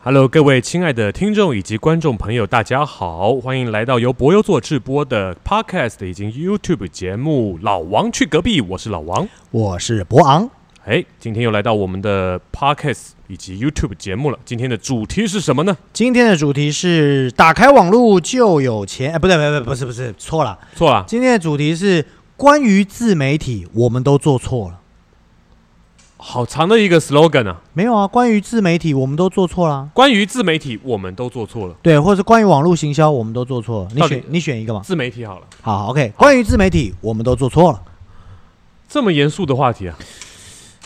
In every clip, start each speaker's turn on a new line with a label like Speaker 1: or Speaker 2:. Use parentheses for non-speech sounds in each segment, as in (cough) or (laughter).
Speaker 1: Hello，各位亲爱的听众以及观众朋友，大家好，欢迎来到由博优做直播的 Podcast 以及 YouTube 节目《老王去隔壁》，我是老王。
Speaker 2: 我是博昂，
Speaker 1: 哎，今天又来到我们的 Podcast 以及 YouTube 节目了。今天的主题是什么呢？
Speaker 2: 今天的主题是打开网络就有钱，哎，不对，不对，不是，不是，错了。
Speaker 1: 错了，
Speaker 2: 今天的主题是关于自媒体，我们都做错了。
Speaker 1: 好长的一个 slogan 啊！
Speaker 2: 没有啊，关于自媒体，我们都做错了啊。
Speaker 1: 关于自媒体，我们都做错了。
Speaker 2: 对，或者是关于网络行销，我们都做错了。你
Speaker 1: 到底
Speaker 2: 选，你选一个嘛。
Speaker 1: 自媒体好了，
Speaker 2: 好好，OK。关于自媒体，我们都做错了，
Speaker 1: 这么严肃的话题啊，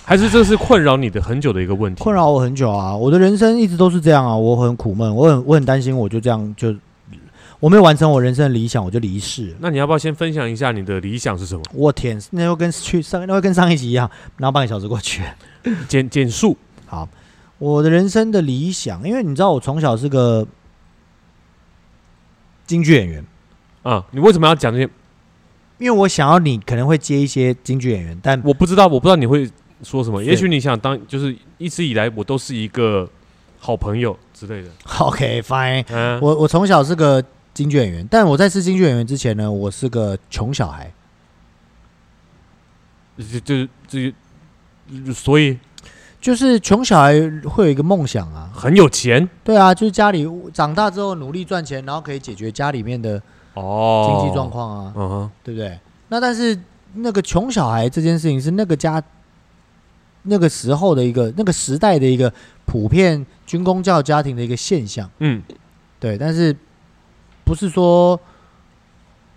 Speaker 1: 还是这是困扰你的很久的一个问题？
Speaker 2: 困扰我很久啊。我的人生一直都是这样啊，我很苦闷，我很我很担心，我就这样就我没有完成我人生的理想，我就离世了。
Speaker 1: 那你要不要先分享一下你的理想是什么？
Speaker 2: 我天，那又跟去上，那又跟上一集一样，然后半个小时过去了。
Speaker 1: 简简述，
Speaker 2: 好，我的人生的理想，因为你知道我从小是个京剧演员，
Speaker 1: 啊、你为什么要讲这些？
Speaker 2: 因为我想要你可能会接一些京剧演员，但 (laughs)
Speaker 1: 我不知道，我不知道你会说什么。
Speaker 2: 是
Speaker 1: 也许你想当，就是一直以来我都是一个好朋友之类的。
Speaker 2: OK fine，
Speaker 1: 嗯、
Speaker 2: 我我从小是个京剧演员，但我在是京剧演员之前呢，我是个穷小孩。
Speaker 1: 就就就就，所以
Speaker 2: 就是穷小孩会有一个梦想啊，
Speaker 1: 很有钱
Speaker 2: 对啊，就是家里长大之后努力赚钱，然后可以解决家里面的
Speaker 1: 哦，
Speaker 2: 经济状。况啊，
Speaker 1: 嗯哼，
Speaker 2: 对不对？那但是那个穷小孩这件事情是那个家那个时候的一个那个时代的一个普遍军工教家庭的一个现象，
Speaker 1: 嗯，
Speaker 2: 对。但是不是说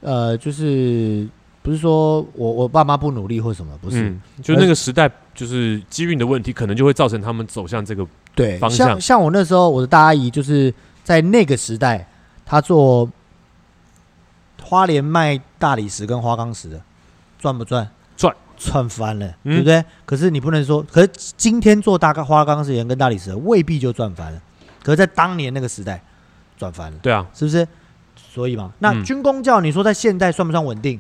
Speaker 2: 呃，就是不是说我我爸妈不努力或什么，不是。
Speaker 1: 嗯，就那个时代，就是机运的问题，可能就会造成他们走向这个
Speaker 2: 对，
Speaker 1: 方向
Speaker 2: 像像我那时候我的大阿姨就是在那个时代，她做花莲卖大理石跟花岗石的，赚不赚？
Speaker 1: 赚，
Speaker 2: 赚翻了，
Speaker 1: 嗯
Speaker 2: 对不对？可是你不能说，可是今天做大概花岗石岩跟大理石的未必就赚翻了，可是在当年那个时代赚翻了，
Speaker 1: 对啊，
Speaker 2: 是不是？所以嘛，那
Speaker 1: 嗯
Speaker 2: 军工教你说在现代算不算稳定？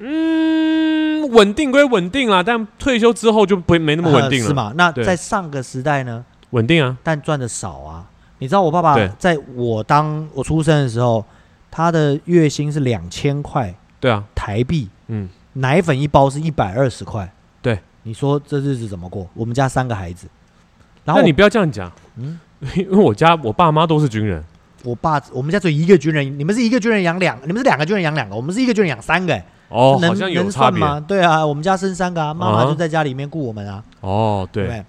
Speaker 1: 嗯，稳定归稳定啦，但退休之后就不没那么稳定
Speaker 2: 呃
Speaker 1: 了，
Speaker 2: 是？吗？那
Speaker 1: 对
Speaker 2: 在上个时代呢？
Speaker 1: 稳定啊，
Speaker 2: 但赚的少啊。你知道我爸爸
Speaker 1: 对
Speaker 2: 在我当我出生的时候，他的月薪是两千块
Speaker 1: 对啊，
Speaker 2: 台币，
Speaker 1: 嗯，
Speaker 2: 奶粉一包是一百二十块。
Speaker 1: 对，
Speaker 2: 你说这日子怎么过？我们家三个孩子，然后
Speaker 1: 那
Speaker 2: 我
Speaker 1: 你不要这样讲，
Speaker 2: 嗯
Speaker 1: 因为我家我爸妈都是军人，
Speaker 2: 我爸我们家只有一个军人，你们是一个军人养两，你们是两个军人养两个，我们是一个军人养三个、哎
Speaker 1: 哦，好
Speaker 2: 能
Speaker 1: 像有
Speaker 2: 能
Speaker 1: 差
Speaker 2: 算
Speaker 1: 别，
Speaker 2: 吗？对啊，我们家生三个啊，妈妈
Speaker 1: 啊
Speaker 2: 就在家里面顾我们啊。
Speaker 1: 哦，
Speaker 2: 对不
Speaker 1: 对，
Speaker 2: 对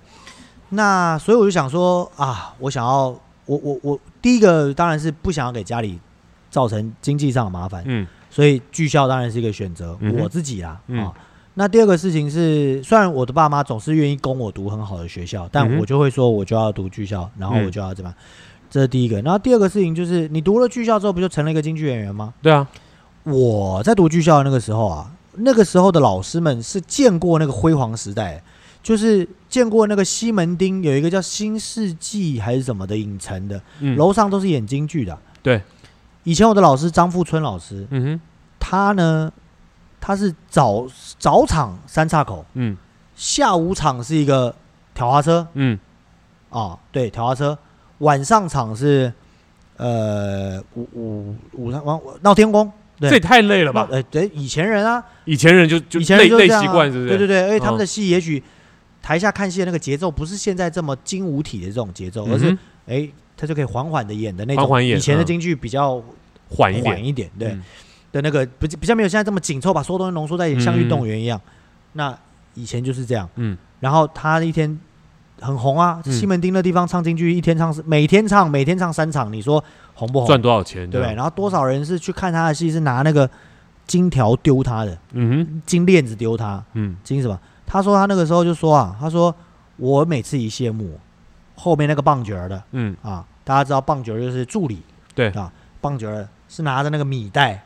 Speaker 2: 那所以我就想说啊，我想要，我我我第一个当然是不想要给家里造成经济上的麻烦，
Speaker 1: 嗯
Speaker 2: 所以聚校当然是一个选择，
Speaker 1: 嗯哼
Speaker 2: 我自己啦啊、
Speaker 1: 嗯
Speaker 2: 那第二个事情是，虽然我的爸妈总是愿意供我读很好的学校，但
Speaker 1: 嗯哼
Speaker 2: 我就会说我就要读剧校，然后我
Speaker 1: 嗯
Speaker 2: 就要怎么样，这是第一个。然后第二个事情就是，你读了剧校之后，不就成了一个京剧演员吗？
Speaker 1: 对啊，
Speaker 2: 我在读剧校的那个时候啊，那个时候的老师们是见过那个辉煌时代，就是见过那个西门町有一个叫新世纪还是什么的影城的，
Speaker 1: 嗯，
Speaker 2: 楼上都是演京剧的。
Speaker 1: 对，
Speaker 2: 以前我的老师张富春老师，
Speaker 1: 嗯哼，
Speaker 2: 他呢，他是早早场三岔口，
Speaker 1: 嗯
Speaker 2: 下午场是一个挑花车
Speaker 1: 嗯，
Speaker 2: 啊，对，挑花车，晚上场是呃五五五晚闹天宫。对
Speaker 1: 这也太累了吧？
Speaker 2: 呃，对，以前人啊，
Speaker 1: 以前人就就
Speaker 2: 以前
Speaker 1: 累
Speaker 2: 人就
Speaker 1: 累
Speaker 2: 这样
Speaker 1: 习
Speaker 2: 啊
Speaker 1: 惯，是不是？
Speaker 2: 对对对，而且他
Speaker 1: 嗯
Speaker 2: 们的戏也许台下看戏的那个节奏不是现在这么精舞体的这种节奏，而是
Speaker 1: 嗯
Speaker 2: 哎，他就可以缓缓的演的那种。
Speaker 1: 缓缓演
Speaker 2: 以前的
Speaker 1: 嗯
Speaker 2: 京剧比较
Speaker 1: 哼缓一
Speaker 2: 缓
Speaker 1: 点，
Speaker 2: 一点，对
Speaker 1: 嗯
Speaker 2: 的那个不比较没有现在这么紧凑，把所有东西浓缩在一起，像
Speaker 1: 嗯
Speaker 2: 运动员一样。那以前就是这样，
Speaker 1: 嗯，
Speaker 2: 然后他一天很红啊，
Speaker 1: 嗯
Speaker 2: 西门町那地方唱京剧，一天唱每天唱每天唱三场，你说红不红？
Speaker 1: 赚多啊少钱？
Speaker 2: 对不
Speaker 1: 吧
Speaker 2: 对？？然后多少人是去看他的戏，是拿那个金条丢他的，
Speaker 1: 嗯
Speaker 2: 金链子丢他，
Speaker 1: 哼，嗯，
Speaker 2: 金什么？他说他那个时候就说啊，他说我每次一谢幕，后面那个棒角儿的
Speaker 1: 嗯，
Speaker 2: 啊，大家知道棒角儿就是助理，
Speaker 1: 对
Speaker 2: 啊，棒角儿是拿着那个米袋，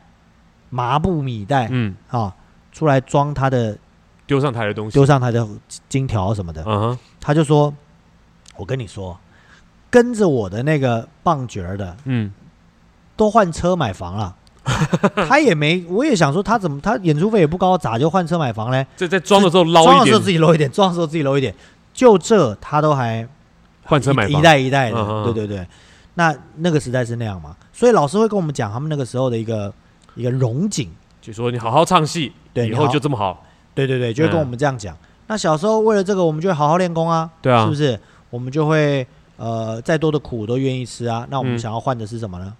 Speaker 2: 麻布米袋、
Speaker 1: 嗯，
Speaker 2: 啊，出来装他的
Speaker 1: 丢上台的东西，
Speaker 2: 丢上他的金条什么的。
Speaker 1: 嗯哼，
Speaker 2: 他就说，我跟你说，跟着我的那个棒角儿的
Speaker 1: 嗯， (laughs)
Speaker 2: 都换车买房了，他也没，我也想说他怎么他演出费也不高，咋就换车买房嘞？
Speaker 1: 这在装的时候
Speaker 2: 装
Speaker 1: 捞一
Speaker 2: 的时候自
Speaker 1: 点，
Speaker 2: 己搂一点，装的时候自己搂一点，就这他都还
Speaker 1: 换车买
Speaker 2: 一
Speaker 1: 房，
Speaker 2: 代一代的，
Speaker 1: 嗯嗯嗯
Speaker 2: 对对对。那那个时代是那样嘛，所以老师会跟我们讲他们那个时候的一个一个荣景，
Speaker 1: 就说你好好唱戏，
Speaker 2: 对，
Speaker 1: 以
Speaker 2: 你
Speaker 1: 后
Speaker 2: 好
Speaker 1: 就这么好。
Speaker 2: 对对对，
Speaker 1: 嗯
Speaker 2: 就会跟我们这样讲。那小时候为了这个，我们就会好好练功啊，
Speaker 1: 对啊
Speaker 2: 是不是？我们就会呃，再多的苦都愿意吃啊。那我们
Speaker 1: 嗯
Speaker 2: 想要换的是什么呢？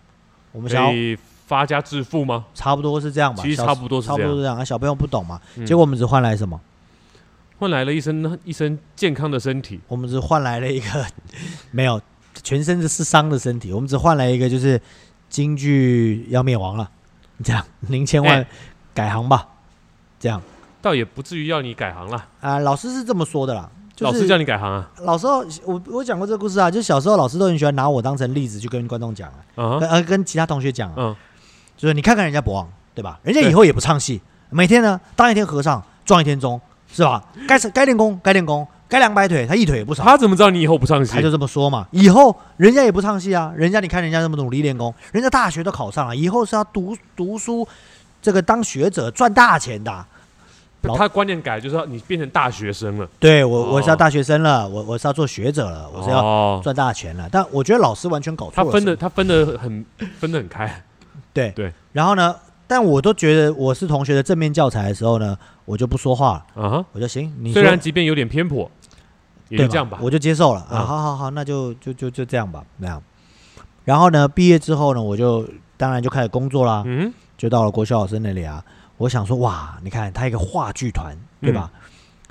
Speaker 2: 我们想
Speaker 1: 可
Speaker 2: 要
Speaker 1: 以发家致富吗？
Speaker 2: 差不多是这样吧，
Speaker 1: 其实
Speaker 2: 小
Speaker 1: 差不多是
Speaker 2: 差不
Speaker 1: 这
Speaker 2: 多
Speaker 1: 样
Speaker 2: 是这样啊。小朋友不懂嘛，
Speaker 1: 嗯
Speaker 2: 结果我们只换来什么？
Speaker 1: 换来了一身一身健康的身体，
Speaker 2: 我们只换来了一个没有全身是伤的身体，我们只换来一个就是京剧要灭亡了，这样您千万
Speaker 1: 哎
Speaker 2: 改行吧，这样
Speaker 1: 倒也不至于要你改行了。
Speaker 2: 啊、老师是这么说的啦。就
Speaker 1: 老
Speaker 2: 是、
Speaker 1: 师叫你改行啊？
Speaker 2: 老师，我我讲过这个故事啊，就小时候老师都很喜欢拿我当成例子去跟观众讲啊，
Speaker 1: 啊哈，
Speaker 2: 跟呃跟其他同学讲啊，
Speaker 1: 嗯，
Speaker 2: 就是你看看人家博昂，对吧？人家以
Speaker 1: 对
Speaker 2: 后也不唱戏，每天呢当一天和尚撞一天钟，是吧？该该练功该练功，该两百腿他一腿也不少，
Speaker 1: 他怎么知道你以后不上戏
Speaker 2: 他？就这么说嘛。以后人家也不唱戏啊，人家你看人家这么努力练功，人家大学都考上了，以后是要读读书，这个当学者赚大钱的啊、老
Speaker 1: 他观念改，就是说你变成大学生了，
Speaker 2: 对我我是要
Speaker 1: 哦
Speaker 2: 大学生了，我我是要做学者了，我是要
Speaker 1: 哦，
Speaker 2: 赚大钱了。但我觉得老师完全搞错
Speaker 1: 他
Speaker 2: 了，
Speaker 1: 分的他分的很分的很
Speaker 2: (laughs)
Speaker 1: 开，
Speaker 2: 对
Speaker 1: 对。
Speaker 2: 然后呢，但我都觉得我是同学的正面教材的时候呢，我就不说话了，
Speaker 1: 啊哈。
Speaker 2: 我就行。你
Speaker 1: 虽
Speaker 2: 说
Speaker 1: 然即便有点偏颇，也
Speaker 2: 对
Speaker 1: 就
Speaker 2: 嘛
Speaker 1: 这样吧。
Speaker 2: 我就接受了啊。
Speaker 1: 嗯
Speaker 2: 好好好，那就就就就这样吧，那样。然后呢，毕业之后呢，我就当然就开始工作啦，
Speaker 1: 嗯，
Speaker 2: 就到了国小老师那里啊。我想说，哇，你看他一个话剧团，对吧？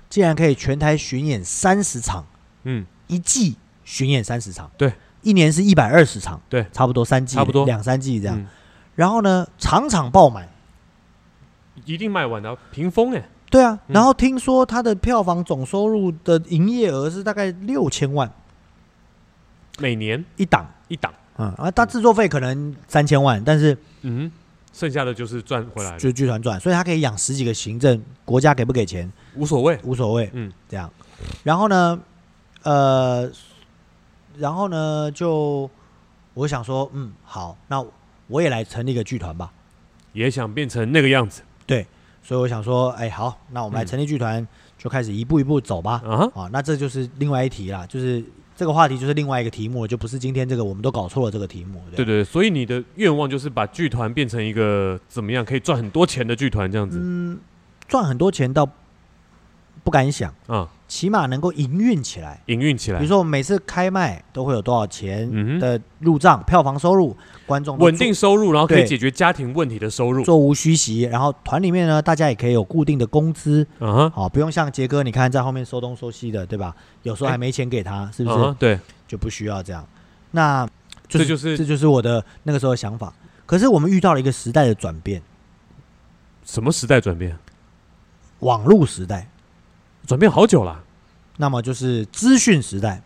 Speaker 2: 竟然可以全台巡演三十场，
Speaker 1: 嗯，
Speaker 2: 一季巡演三十场，
Speaker 1: 对，
Speaker 2: 一年是一百二十场，
Speaker 1: 对
Speaker 2: 差不多三季，
Speaker 1: 差不多
Speaker 2: 两三季这样。
Speaker 1: 嗯
Speaker 2: 然后呢，场场爆满，
Speaker 1: 一定卖完的啊，屏风哎，
Speaker 2: 对啊，
Speaker 1: 嗯
Speaker 2: 然后听说它的票房总收入的营业额是大概六千万
Speaker 1: 每年
Speaker 2: 一档，
Speaker 1: 一档，
Speaker 2: 嗯啊，它制作费可能三千万，但是
Speaker 1: 嗯，剩下的就是赚回来
Speaker 2: 就
Speaker 1: 的，
Speaker 2: 是剧团赚，所以它可以养十几个行政，国家给不给钱
Speaker 1: 无所谓。
Speaker 2: 无所谓，
Speaker 1: 嗯，
Speaker 2: 这样。然后呢，呃，然后呢，就我想说，嗯，好，那我也来成立一个剧团吧。
Speaker 1: 也想变成那个样子
Speaker 2: 所以我想说，哎，好，那我们来
Speaker 1: 嗯
Speaker 2: 成立剧团，就开始一步一步走吧。
Speaker 1: 啊哈？
Speaker 2: 啊，那这就是另外一题啦，就是这个话题就是另外一个题目了，就不是今天这个我们都搞错了这个题目。
Speaker 1: 对对
Speaker 2: 对吧，
Speaker 1: 对，所以你的愿望就是把剧团变成一个怎么样可以赚很多钱的剧团这样子
Speaker 2: 嗯，赚很多钱倒不敢想，
Speaker 1: 啊，
Speaker 2: 起码能够营运起来。
Speaker 1: 营运起
Speaker 2: 比
Speaker 1: 来
Speaker 2: 如，说我们每次开卖都会有多少钱
Speaker 1: 嗯哼，
Speaker 2: 的入账、票房收入，观众都
Speaker 1: 稳
Speaker 2: 坐
Speaker 1: 定收入，然后可以
Speaker 2: 对
Speaker 1: 解决家庭问题的收入，
Speaker 2: 座无虚席，然后团里面呢，大家也可以有固定的工资，
Speaker 1: 啊哈，
Speaker 2: 好，不用像杰哥，你看在后面收东收西的，对吧？有时候
Speaker 1: 哎
Speaker 2: 还没钱给他，是不
Speaker 1: 啊
Speaker 2: 是？
Speaker 1: 哈，对，
Speaker 2: 就不需要这样。那就
Speaker 1: 这
Speaker 2: 是
Speaker 1: 就是
Speaker 2: 这就是我的那个时候的想法。可是我们遇到了一个时代的转变，
Speaker 1: 什么时代转变？
Speaker 2: 网络时代，
Speaker 1: 转变好久了，
Speaker 2: 那么就是资讯时代、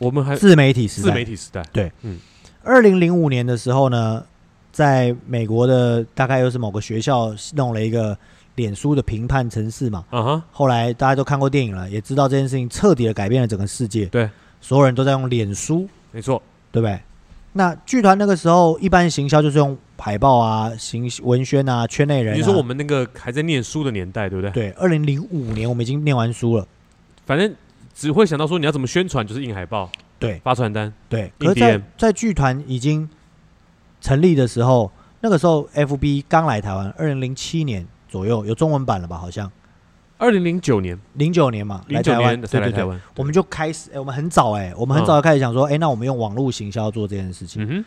Speaker 1: 我们还
Speaker 2: 自媒体时
Speaker 1: 呃自媒
Speaker 2: 代。
Speaker 1: 体时代，
Speaker 2: 二零零五年的时候呢，在美国的大概又是某个学校弄了一个脸书的评判城市嘛。
Speaker 1: 啊哈，
Speaker 2: 后来大家都看过电影了，也知道这件事情彻底的改变了整个世界。
Speaker 1: 对，
Speaker 2: 所有人都在用脸书，
Speaker 1: 没错，
Speaker 2: 对不对？那剧团那个时候一般行销就是用海报啊、行文宣啊、圈内人、啊。
Speaker 1: 你说我们那个还在念书的年代，对不对？
Speaker 2: 对，二零零五年我们已经念完书了，
Speaker 1: 反正只会想到说你要怎么宣传，就是印海报、
Speaker 2: 对
Speaker 1: 发传单，
Speaker 2: 对。
Speaker 1: 印
Speaker 2: 可是在，
Speaker 1: DM
Speaker 2: 在剧团已经成立的时候，那个时候 FB 刚来台湾，二零零七年左右有中文版了吧？好像
Speaker 1: 二零零九年，
Speaker 2: 零九年嘛，
Speaker 1: 零
Speaker 2: 来
Speaker 1: 九
Speaker 2: 台湾，
Speaker 1: 年才
Speaker 2: 对
Speaker 1: 来
Speaker 2: 对
Speaker 1: 台
Speaker 2: 对，
Speaker 1: 湾。
Speaker 2: 我们就开始，哎，我们很早哎、我们很早就开始想说，哎、那我们用网络行销做这件事情，
Speaker 1: 嗯哼，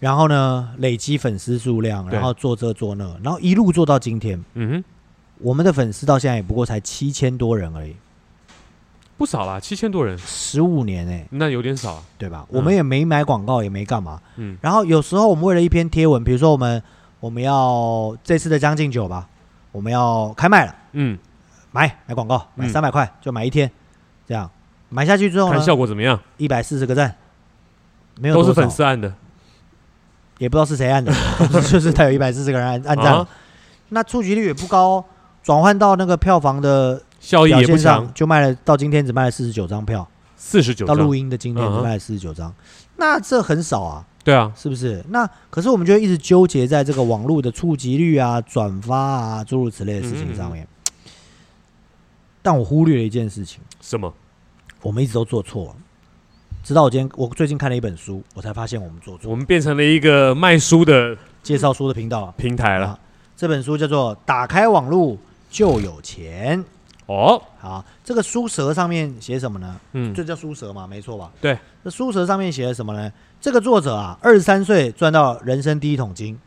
Speaker 2: 然后呢，累积粉丝数量，
Speaker 1: 对
Speaker 2: 然后做这做那，然后一路做到今天。
Speaker 1: 嗯哼，
Speaker 2: 我们的粉丝到现在也不过才七千多人而已，
Speaker 1: 不少啦，七千多人，
Speaker 2: 十五年哎、
Speaker 1: 那有点少啊。
Speaker 2: 对吧？
Speaker 1: 嗯
Speaker 2: 我们也没买广告，也没干嘛。
Speaker 1: 嗯
Speaker 2: 然后有时候我们为了一篇贴文，比如说我们我们要这次的《将进酒》吧，我们要开卖了，
Speaker 1: 嗯，
Speaker 2: 买买广告，买
Speaker 1: 嗯
Speaker 2: 三百块就买一天，这样买下去之后
Speaker 1: 看
Speaker 2: 呢，
Speaker 1: 效果怎么样，
Speaker 2: 一百四十个赞，没有
Speaker 1: 都是
Speaker 2: 多少
Speaker 1: 粉，丝按的，
Speaker 2: 也不知道是谁按的， (laughs) 总之就是他有一百四十个人按按赞，
Speaker 1: 啊，
Speaker 2: 那触及率也不高哦，转换到那个票房的
Speaker 1: 效益
Speaker 2: 表
Speaker 1: 哦也不
Speaker 2: 现
Speaker 1: 强
Speaker 2: 上，，就卖了到今天只卖了四十九张票。
Speaker 1: 四十九
Speaker 2: 到
Speaker 1: 张
Speaker 2: 录，音的今天
Speaker 1: 嗯
Speaker 2: 只
Speaker 1: 哼
Speaker 2: 卖了四十九张，那这很少啊。
Speaker 1: 对啊，
Speaker 2: 是不是？那可是我们就会一直纠结在这个网络的触及率啊、转发啊诸如此类的事情上面。
Speaker 1: 嗯
Speaker 2: 但我忽略了一件事情，
Speaker 1: 什么？
Speaker 2: 我们一直都做错了。直到我今天，我最近看了一本书，我才发现我们做错
Speaker 1: 我
Speaker 2: 了。
Speaker 1: 们变成了一个卖书的
Speaker 2: 介绍书的频道啊，
Speaker 1: 平台了
Speaker 2: 啊。这本书叫做《打开网络就有钱》。
Speaker 1: 哦，
Speaker 2: 好，这个书舌上面写什么呢？
Speaker 1: 嗯，
Speaker 2: 这叫书舌嘛，没错吧？
Speaker 1: 对。
Speaker 2: 这书舌上面写的什么呢？这个作者啊，二十三岁赚到人生第一桶金，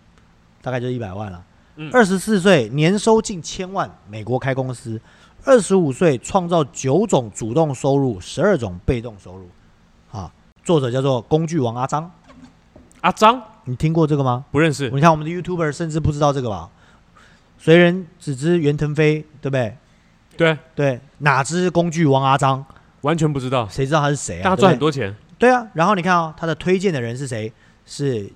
Speaker 2: 大概就一百万了
Speaker 1: 嗯。
Speaker 2: 二十四岁年收近千万，美国开公司；二十五岁创造九种主动收入，十二种被动收入。啊，作者叫做工具王阿张，
Speaker 1: 阿啊张
Speaker 2: 你听过这个吗？
Speaker 1: 不认识，
Speaker 2: 你看我们的 YouTuber 甚至不知道这个吧？谁人只知袁腾飞，对不对？
Speaker 1: 对，
Speaker 2: 对，哪知工具王阿张？
Speaker 1: 完全不知道。
Speaker 2: 谁知道他是谁啊？
Speaker 1: 但他
Speaker 2: 对不
Speaker 1: 赚
Speaker 2: 对
Speaker 1: 很多钱，
Speaker 2: 对啊，然后你看哦，他的推荐的人是谁？是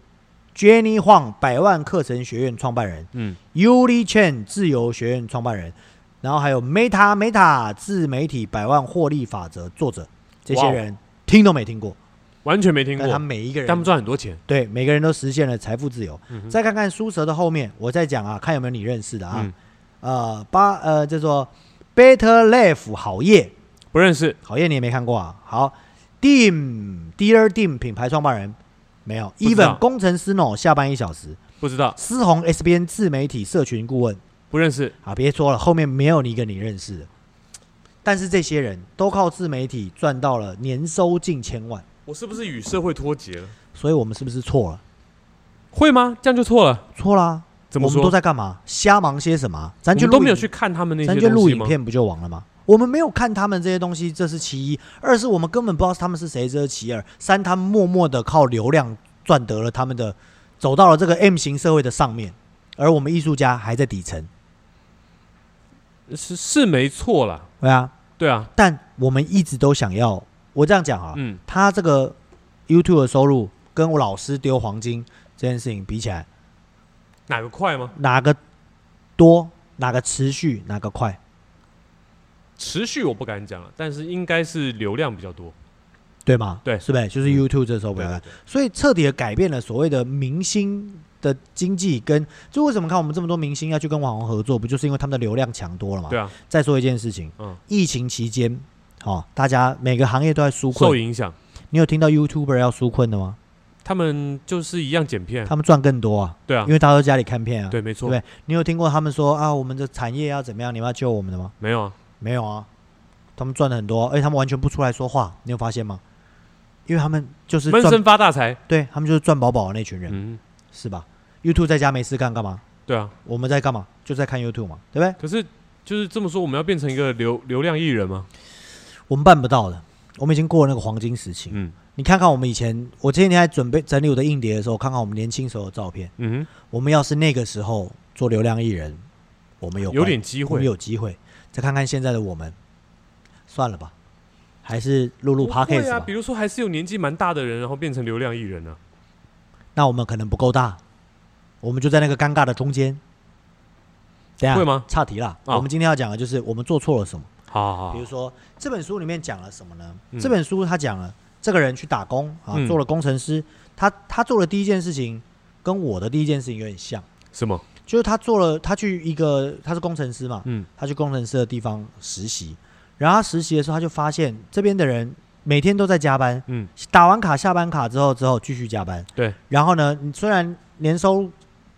Speaker 2: Jenny Huang 百万课程学院创办人
Speaker 1: 嗯，
Speaker 2: ，Yuli Chen 自由学院创办人，然后还有 Meta Meta 自媒体百万获利法则作者，这
Speaker 1: 哇
Speaker 2: 些
Speaker 1: 哦
Speaker 2: 人听都没听过，
Speaker 1: 完全没听过
Speaker 2: 但。他们每一个
Speaker 1: 但他们
Speaker 2: 人
Speaker 1: 赚很多钱，
Speaker 2: 对每个人都实现了财富自由。
Speaker 1: 嗯
Speaker 2: 再看看书蛇的后面，我再讲啊，看有没有你认识的啊。
Speaker 1: 嗯
Speaker 2: 呃，八呃叫做 Better Life 好业，
Speaker 1: 不认识。
Speaker 2: 好业你也没看过啊。好，Dim Dear Dim 品牌创办人没有
Speaker 1: 知道
Speaker 2: ，Even 工程师 No 下班一小时，
Speaker 1: 不知道，
Speaker 2: 思红 SBN 自媒体社群顾问
Speaker 1: 不认识，
Speaker 2: 啊，别说了，后面没有你一个你认识的。但是这些人都靠自媒体赚到了年收近千万，
Speaker 1: 我是不是与社会脱节了？
Speaker 2: 所以我们是不是错了？
Speaker 1: 会吗？这样就错了？
Speaker 2: 错啦、
Speaker 1: 怎么
Speaker 2: 我们
Speaker 1: 说？
Speaker 2: 都在干嘛？瞎忙些什么啊？咱
Speaker 1: 我
Speaker 2: 就
Speaker 1: 们都
Speaker 2: 录
Speaker 1: 没有
Speaker 2: 影
Speaker 1: 去看他们那
Speaker 2: 咱
Speaker 1: 些
Speaker 2: 就
Speaker 1: 东
Speaker 2: 录
Speaker 1: 西
Speaker 2: 影
Speaker 1: 吗？
Speaker 2: 片不就完了吗？我们没有看他们这些东西，这是其一；二是我们根本不知道他们是谁，这是其二；三，他们默默的靠流量赚得了他们的，走到了这个 M 型社会的上面，而我们艺术家还在底层，
Speaker 1: 是是没错啦，
Speaker 2: 对啊。
Speaker 1: 对啊，
Speaker 2: 但我们一直都想要，我这样讲啊，
Speaker 1: 嗯，
Speaker 2: 他这个 YouTube 的收入跟我老师丢黄金这件事情比起来，
Speaker 1: 哪个快吗？
Speaker 2: 哪个多，哪个持续，哪个快？
Speaker 1: 持续我不敢讲了，但是应该是流量比较多。
Speaker 2: 对吗？
Speaker 1: 对
Speaker 2: 是不是？就是
Speaker 1: 嗯
Speaker 2: YouTube 这时候不
Speaker 1: 对
Speaker 2: 要看
Speaker 1: 对，对
Speaker 2: 所以彻底的改变了所谓的明星的经济跟，就为什么看我们这么多明星要去跟网红合作，不就是因为他们的流量强多了嘛？
Speaker 1: 对啊，
Speaker 2: 再说一件事情，
Speaker 1: 嗯
Speaker 2: 疫情期间，哦，大家每个行业都在纾
Speaker 1: 受
Speaker 2: 困，
Speaker 1: 影响，
Speaker 2: 你有听到 YouTuber 要纾困的吗？
Speaker 1: 他们就是一样剪片，
Speaker 2: 他们赚更多啊，
Speaker 1: 对啊
Speaker 2: 因，为大家都在家里看片啊。
Speaker 1: 对，没错
Speaker 2: 不，对？你有听过他们说啊，我们的产业要怎么样，你们要救我们的吗？
Speaker 1: 没有啊，
Speaker 2: 没有啊，他们赚的很多，而且他们完全不出来说话，你有发现吗？因为他们就是
Speaker 1: 闷
Speaker 2: 赚，
Speaker 1: 声发大财，
Speaker 2: 对他们就是赚饱饱的那群人。
Speaker 1: 嗯，
Speaker 2: 是吧？YouTube 在家没事干干嘛？
Speaker 1: 对啊。
Speaker 2: 我们在干嘛？就在看 YouTube 嘛，对不对？
Speaker 1: 可是就是这么说，我们要变成一个流流量艺人吗？
Speaker 2: 我们办不到的，我们已经过了那个黄金时期。
Speaker 1: 嗯
Speaker 2: 你看看我们以前，我前几天还准备整理我的硬碟的时候，看看我们年轻时候的照片。
Speaker 1: 嗯
Speaker 2: 我们要是那个时候做流量艺人，我们有
Speaker 1: 哼，有
Speaker 2: 关
Speaker 1: 点机
Speaker 2: 我们
Speaker 1: 会，
Speaker 2: 有机会。再看看现在的我们，算了吧，还是录录
Speaker 1: 不会
Speaker 2: Podcast
Speaker 1: 啊。
Speaker 2: 吧
Speaker 1: 比。如说，还是有年纪蛮大的人，然后变成流量艺人啊呢、
Speaker 2: 那我们可能不够大，我们就在那个尴尬的中间。等一下
Speaker 1: 会吗？
Speaker 2: 岔题啦，
Speaker 1: 哦
Speaker 2: 我们今天要讲的就是我们做错了什么。
Speaker 1: 啊。好好
Speaker 2: 比如
Speaker 1: 好，
Speaker 2: 说这本书里面讲了什么呢？
Speaker 1: 嗯
Speaker 2: 这本书他讲了这个人去打工啊，
Speaker 1: 嗯
Speaker 2: 做了工程师，他他做的第一件事情跟我的第一件事情有点像，
Speaker 1: 什么？
Speaker 2: 就是他做了他去一个他是工程师嘛，
Speaker 1: 嗯，
Speaker 2: 他去工程师的地方实习，然后他实习的时候他就发现这边的人每天都在加班，
Speaker 1: 嗯，
Speaker 2: 打完卡下班卡之后之后继续加班，
Speaker 1: 对，
Speaker 2: 然后呢，你虽然年收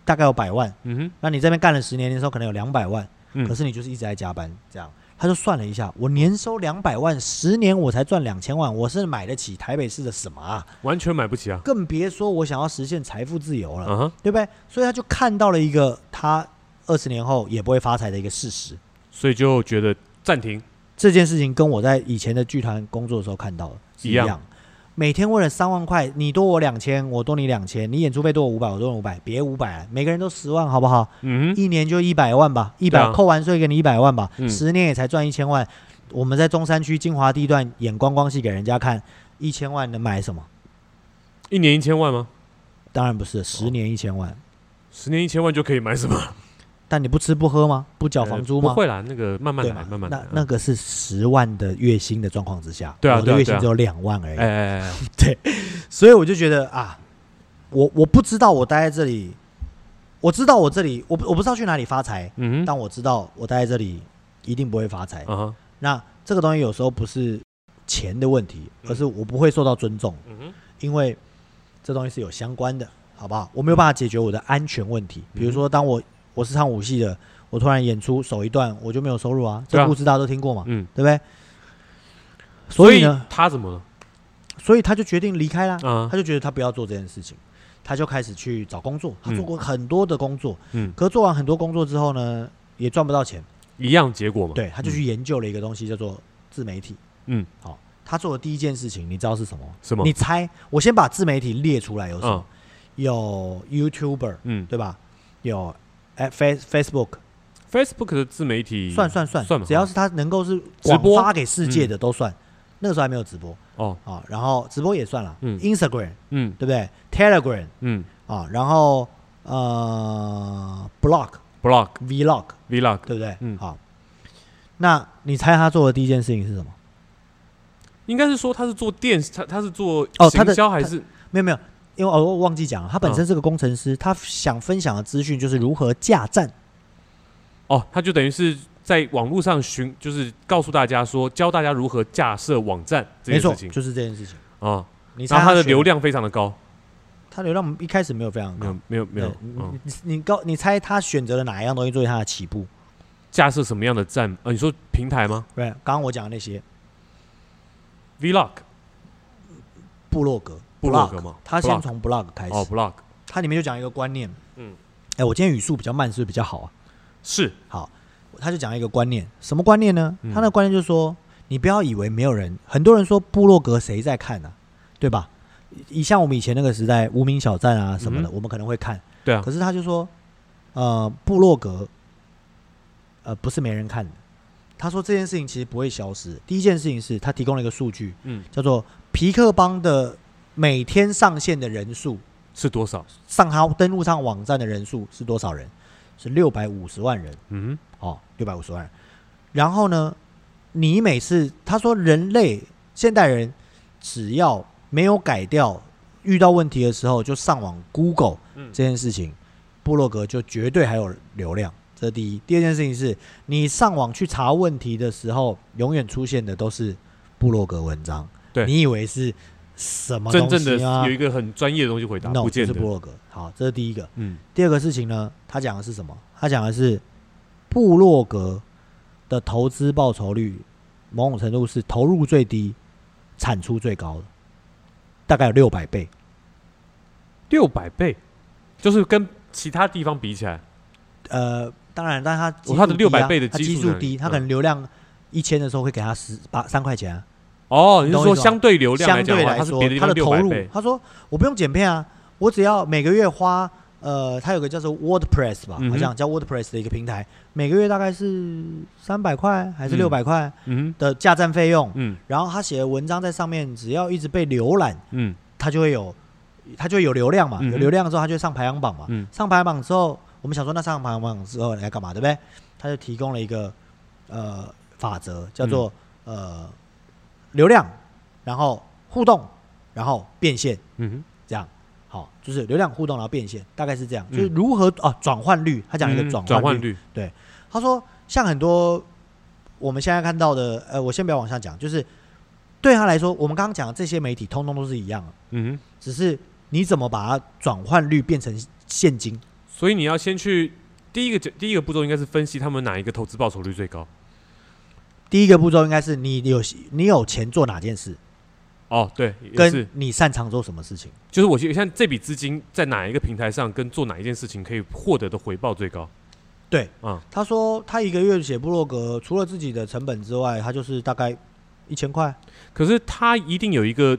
Speaker 2: 大概有百万，
Speaker 1: 嗯哼，
Speaker 2: 那你这边干了十年，年收可能有两百万，
Speaker 1: 嗯
Speaker 2: 可是你就是一直在加班，这样他就算了一下，我年收两百万，十年我才赚两千万，我是买得起台北市的什么啊？
Speaker 1: 完全买不起啊。
Speaker 2: 更别说我想要实现财富自由了，
Speaker 1: 嗯哼，
Speaker 2: 对不对？所以他就看到了一个他二十年后也不会发财的一个事实。
Speaker 1: 所以就觉得暂停。
Speaker 2: 这件事情跟我在以前的剧团工作的时候看到的是一
Speaker 1: 一样
Speaker 2: 样。每天为了三万块，你多我两千，我多你两千，你演出费多我五百，我多你五百，别五百，每个人都十万，好不好？
Speaker 1: 嗯哼，
Speaker 2: 一年就一百万吧，一
Speaker 1: 对
Speaker 2: 百、
Speaker 1: 啊
Speaker 2: 扣完税给你一百万吧，
Speaker 1: 嗯
Speaker 2: 十、年也才赚一千万。我们在中山区金华地段演观光戏给人家看，一千万能买什么？
Speaker 1: 一年一千万吗？
Speaker 2: 当然不是，
Speaker 1: 哦
Speaker 2: 十年一千万。
Speaker 1: 十年一千万就可以买什么？
Speaker 2: 但你不吃不喝吗？不缴房租
Speaker 1: 呃
Speaker 2: 吗
Speaker 1: 不？会啦，那个慢慢
Speaker 2: 对
Speaker 1: 来，
Speaker 2: 嘛？
Speaker 1: 慢慢来
Speaker 2: 那
Speaker 1: 啊。
Speaker 2: 那个是十万的月薪的状况之下，
Speaker 1: 对啊
Speaker 2: 我
Speaker 1: 对啊
Speaker 2: 的
Speaker 1: 对
Speaker 2: 月薪
Speaker 1: 啊
Speaker 2: (laughs) 只有两万而已，
Speaker 1: 哎哎哎，哎
Speaker 2: 所以我就觉得啊，我我不知道我待在这里，我知道我这里，我不我不知道去哪里发财，
Speaker 1: 嗯哼，
Speaker 2: 但我知道我待在这里一定不会发财。
Speaker 1: 啊哈，
Speaker 2: 那这个东西有时候不是钱的问题，
Speaker 1: 嗯
Speaker 2: 而是我不会受到尊重，
Speaker 1: 嗯哼，
Speaker 2: 因为这东西是有相关的，好不好？我没有办法解决我的安全问
Speaker 1: 嗯
Speaker 2: 题。比如说，当我我是唱舞戏的，我突然演出手一段，我就没有收入啊，
Speaker 1: 对
Speaker 2: 这
Speaker 1: 啊
Speaker 2: 故事大家都听过嘛，
Speaker 1: 嗯，
Speaker 2: 对不对？
Speaker 1: 所
Speaker 2: 所以
Speaker 1: 以
Speaker 2: 呢，
Speaker 1: 他怎么了？
Speaker 2: 所以他就决定离开啦，
Speaker 1: 啊
Speaker 2: 他，就觉得他不要做这件事情，他就开始去找工作。他
Speaker 1: 嗯
Speaker 2: 做过很多的工作，
Speaker 1: 嗯，
Speaker 2: 可是做完很多工作之后呢，也赚不到钱，
Speaker 1: 一样结果嘛。
Speaker 2: 对，他就去研究了一个东西，叫做自媒体。
Speaker 1: 嗯，
Speaker 2: 好、他做的第一件事情，你知道是什么吗？
Speaker 1: 什么
Speaker 2: 你？猜？我先把自媒体列出来，有什么？
Speaker 1: 嗯
Speaker 2: 有 YouTuber，
Speaker 1: 嗯
Speaker 2: 对吧？有哎 Face Facebook，
Speaker 1: ，Facebook 的自媒体
Speaker 2: 算算算，
Speaker 1: 嗯算吧
Speaker 2: 只要是他能够是
Speaker 1: 直
Speaker 2: 广
Speaker 1: 播嗯
Speaker 2: 发给世界的都算。那个时候还没有直播
Speaker 1: 哦，
Speaker 2: 啊、然后直播也算了、
Speaker 1: 嗯
Speaker 2: i n s t a g r a m
Speaker 1: 嗯
Speaker 2: 对不对？Telegram
Speaker 1: 嗯
Speaker 2: 啊、然后呃 Blog、
Speaker 1: ，Blog
Speaker 2: Vlog，
Speaker 1: Vlog
Speaker 2: 对不对？
Speaker 1: 嗯
Speaker 2: 好。那你猜他做的第一件事情是什么？
Speaker 1: 应该是说他是做电，他他是做
Speaker 2: 哦他的
Speaker 1: 行销还是
Speaker 2: 没有没有，因为哦我忘记讲了，他本身是个工程师，他想分享的资讯就是如何架站。
Speaker 1: 哦，他就等于是在网络上寻，就是告诉大家说，教大家如何架设网站这
Speaker 2: 没
Speaker 1: 件
Speaker 2: 错，
Speaker 1: 事情
Speaker 2: 就是这件事情。
Speaker 1: 啊。
Speaker 2: 你猜
Speaker 1: 然后他的
Speaker 2: 学
Speaker 1: 流，量非常的高，
Speaker 2: 他流量一开始没有非常
Speaker 1: 没
Speaker 2: 高
Speaker 1: 有。没有没有
Speaker 2: 对，
Speaker 1: 嗯，
Speaker 2: 你你你告你猜他选择了哪一样东西作为他的起步？
Speaker 1: 架设什么样的站？呃，你说平台吗
Speaker 2: 对，刚刚我讲的那些
Speaker 1: ？Vlog
Speaker 2: 部落格，
Speaker 1: 部落格
Speaker 2: blog，
Speaker 1: 吗
Speaker 2: 他先
Speaker 1: blog
Speaker 2: 从 blog 开始，
Speaker 1: 哦，Vlog
Speaker 2: 他里面就讲一个观念。
Speaker 1: 嗯，
Speaker 2: 哎，我今天语速比较慢，是不是比较好啊？
Speaker 1: 是
Speaker 2: 他就讲一个观念，什么观念呢？
Speaker 1: 嗯
Speaker 2: 他的观念就是说，你不要以为没有人，很多人说部落格谁在看啊，对吧？以像我们以前那个时代，无名小站啊什么的，
Speaker 1: 嗯
Speaker 2: 我们可能会看。
Speaker 1: 对啊
Speaker 2: 可是他就说，呃，部落格，呃，不是没人看的。他说这件事情其实不会消失。第一件事情是他提供了一个数据，
Speaker 1: 嗯，
Speaker 2: 叫做皮克邦的每天上线的人数，
Speaker 1: 是多少？
Speaker 2: 上他登录上网站的人数是多少人？是六百五十万人。
Speaker 1: 嗯
Speaker 2: 哦，六百五十万。然后呢，你每次他说人类现代人只要没有改掉遇到问题的时候就上网 Google
Speaker 1: 嗯
Speaker 2: 这件事情，部落格就绝对还有流量。这是第一，第二件事情是你上网去查问题的时候，永远出现的都是部落格文章。
Speaker 1: 对
Speaker 2: 你以为是什么
Speaker 1: 真
Speaker 2: 东
Speaker 1: 正的
Speaker 2: 西啊
Speaker 1: 有一个很专业的东西回答，
Speaker 2: ？no，
Speaker 1: 不
Speaker 2: 就
Speaker 1: 见
Speaker 2: 是
Speaker 1: 得
Speaker 2: 部。落格。好，这是第一个。
Speaker 1: 嗯
Speaker 2: 第二个事情呢，他讲的是什么？他讲的是部落格的投资报酬率，某种程度是投入最低，产出最高的，大概有六百倍。
Speaker 1: 六百倍，就是跟其他地方比起来，
Speaker 2: 呃，当然，但他基数
Speaker 1: 哦他的
Speaker 2: 低啊
Speaker 1: 600倍的
Speaker 2: 他
Speaker 1: 基
Speaker 2: 基
Speaker 1: 数
Speaker 2: 数
Speaker 1: 呢
Speaker 2: 低，他
Speaker 1: 嗯
Speaker 2: 可能流量一千的时候会给他十八三块钱啊、
Speaker 1: 哦，你
Speaker 2: 懂
Speaker 1: 是说
Speaker 2: 我意思吗
Speaker 1: 相对流量
Speaker 2: 相
Speaker 1: 来讲
Speaker 2: 对
Speaker 1: 的话，
Speaker 2: 来
Speaker 1: 它是
Speaker 2: 说
Speaker 1: 别的地
Speaker 2: 他
Speaker 1: 方
Speaker 2: 的
Speaker 1: 六
Speaker 2: 投
Speaker 1: 百
Speaker 2: 入
Speaker 1: 倍，，
Speaker 2: 他说我不用剪片啊，我只要每个月花呃，他有个叫做 WordPress 吧，
Speaker 1: 嗯哼
Speaker 2: 好像叫 WordPress 的一个平台，每个月大概是三百块还
Speaker 1: 嗯
Speaker 2: 是六百块
Speaker 1: 嗯
Speaker 2: 的架站费用
Speaker 1: 哼，嗯
Speaker 2: 然后他写的文章在上面，只要一直被浏览，
Speaker 1: 嗯
Speaker 2: 他就会有，他就会有流量嘛，
Speaker 1: 嗯哼
Speaker 2: 有流量之后，他就会上排行榜嘛。
Speaker 1: 嗯
Speaker 2: 上排行榜之后，我们想说，那上排行榜之后来干嘛，对不对？他就提供了一个呃法则，叫做、
Speaker 1: 嗯
Speaker 2: 呃流量，然后互动，然后变现，
Speaker 1: 嗯哼，
Speaker 2: 这样。好，就是流量互动，然后变现，大概是这样。
Speaker 1: 嗯
Speaker 2: 就是如何啊转换率，他讲了一个
Speaker 1: 嗯
Speaker 2: 转
Speaker 1: 转
Speaker 2: 换率
Speaker 1: 换，率，
Speaker 2: 他说，像很多我们现在看到的，呃，我先不要往下讲，就是对他来说，我们刚刚讲的这些媒体，通通都是一样的，
Speaker 1: 嗯哼。
Speaker 2: 只是你怎么把它转换率变成现金？
Speaker 1: 所以你要先去第一个阶第一个步骤应该是分析他们哪一个投资报酬率最高。
Speaker 2: 第一个步骤应该是你有你有钱做哪件事，
Speaker 1: 哦，对，也是
Speaker 2: 跟，你擅长做什么事情。
Speaker 1: 就是我觉得像这笔资金在哪一个平台上跟做哪一件事情可以获得的回报最高。
Speaker 2: 对，
Speaker 1: 啊，
Speaker 2: 他说他一个月写部落格，除了自己的成本之外，他就是大概一千块。
Speaker 1: 可是他一定有一个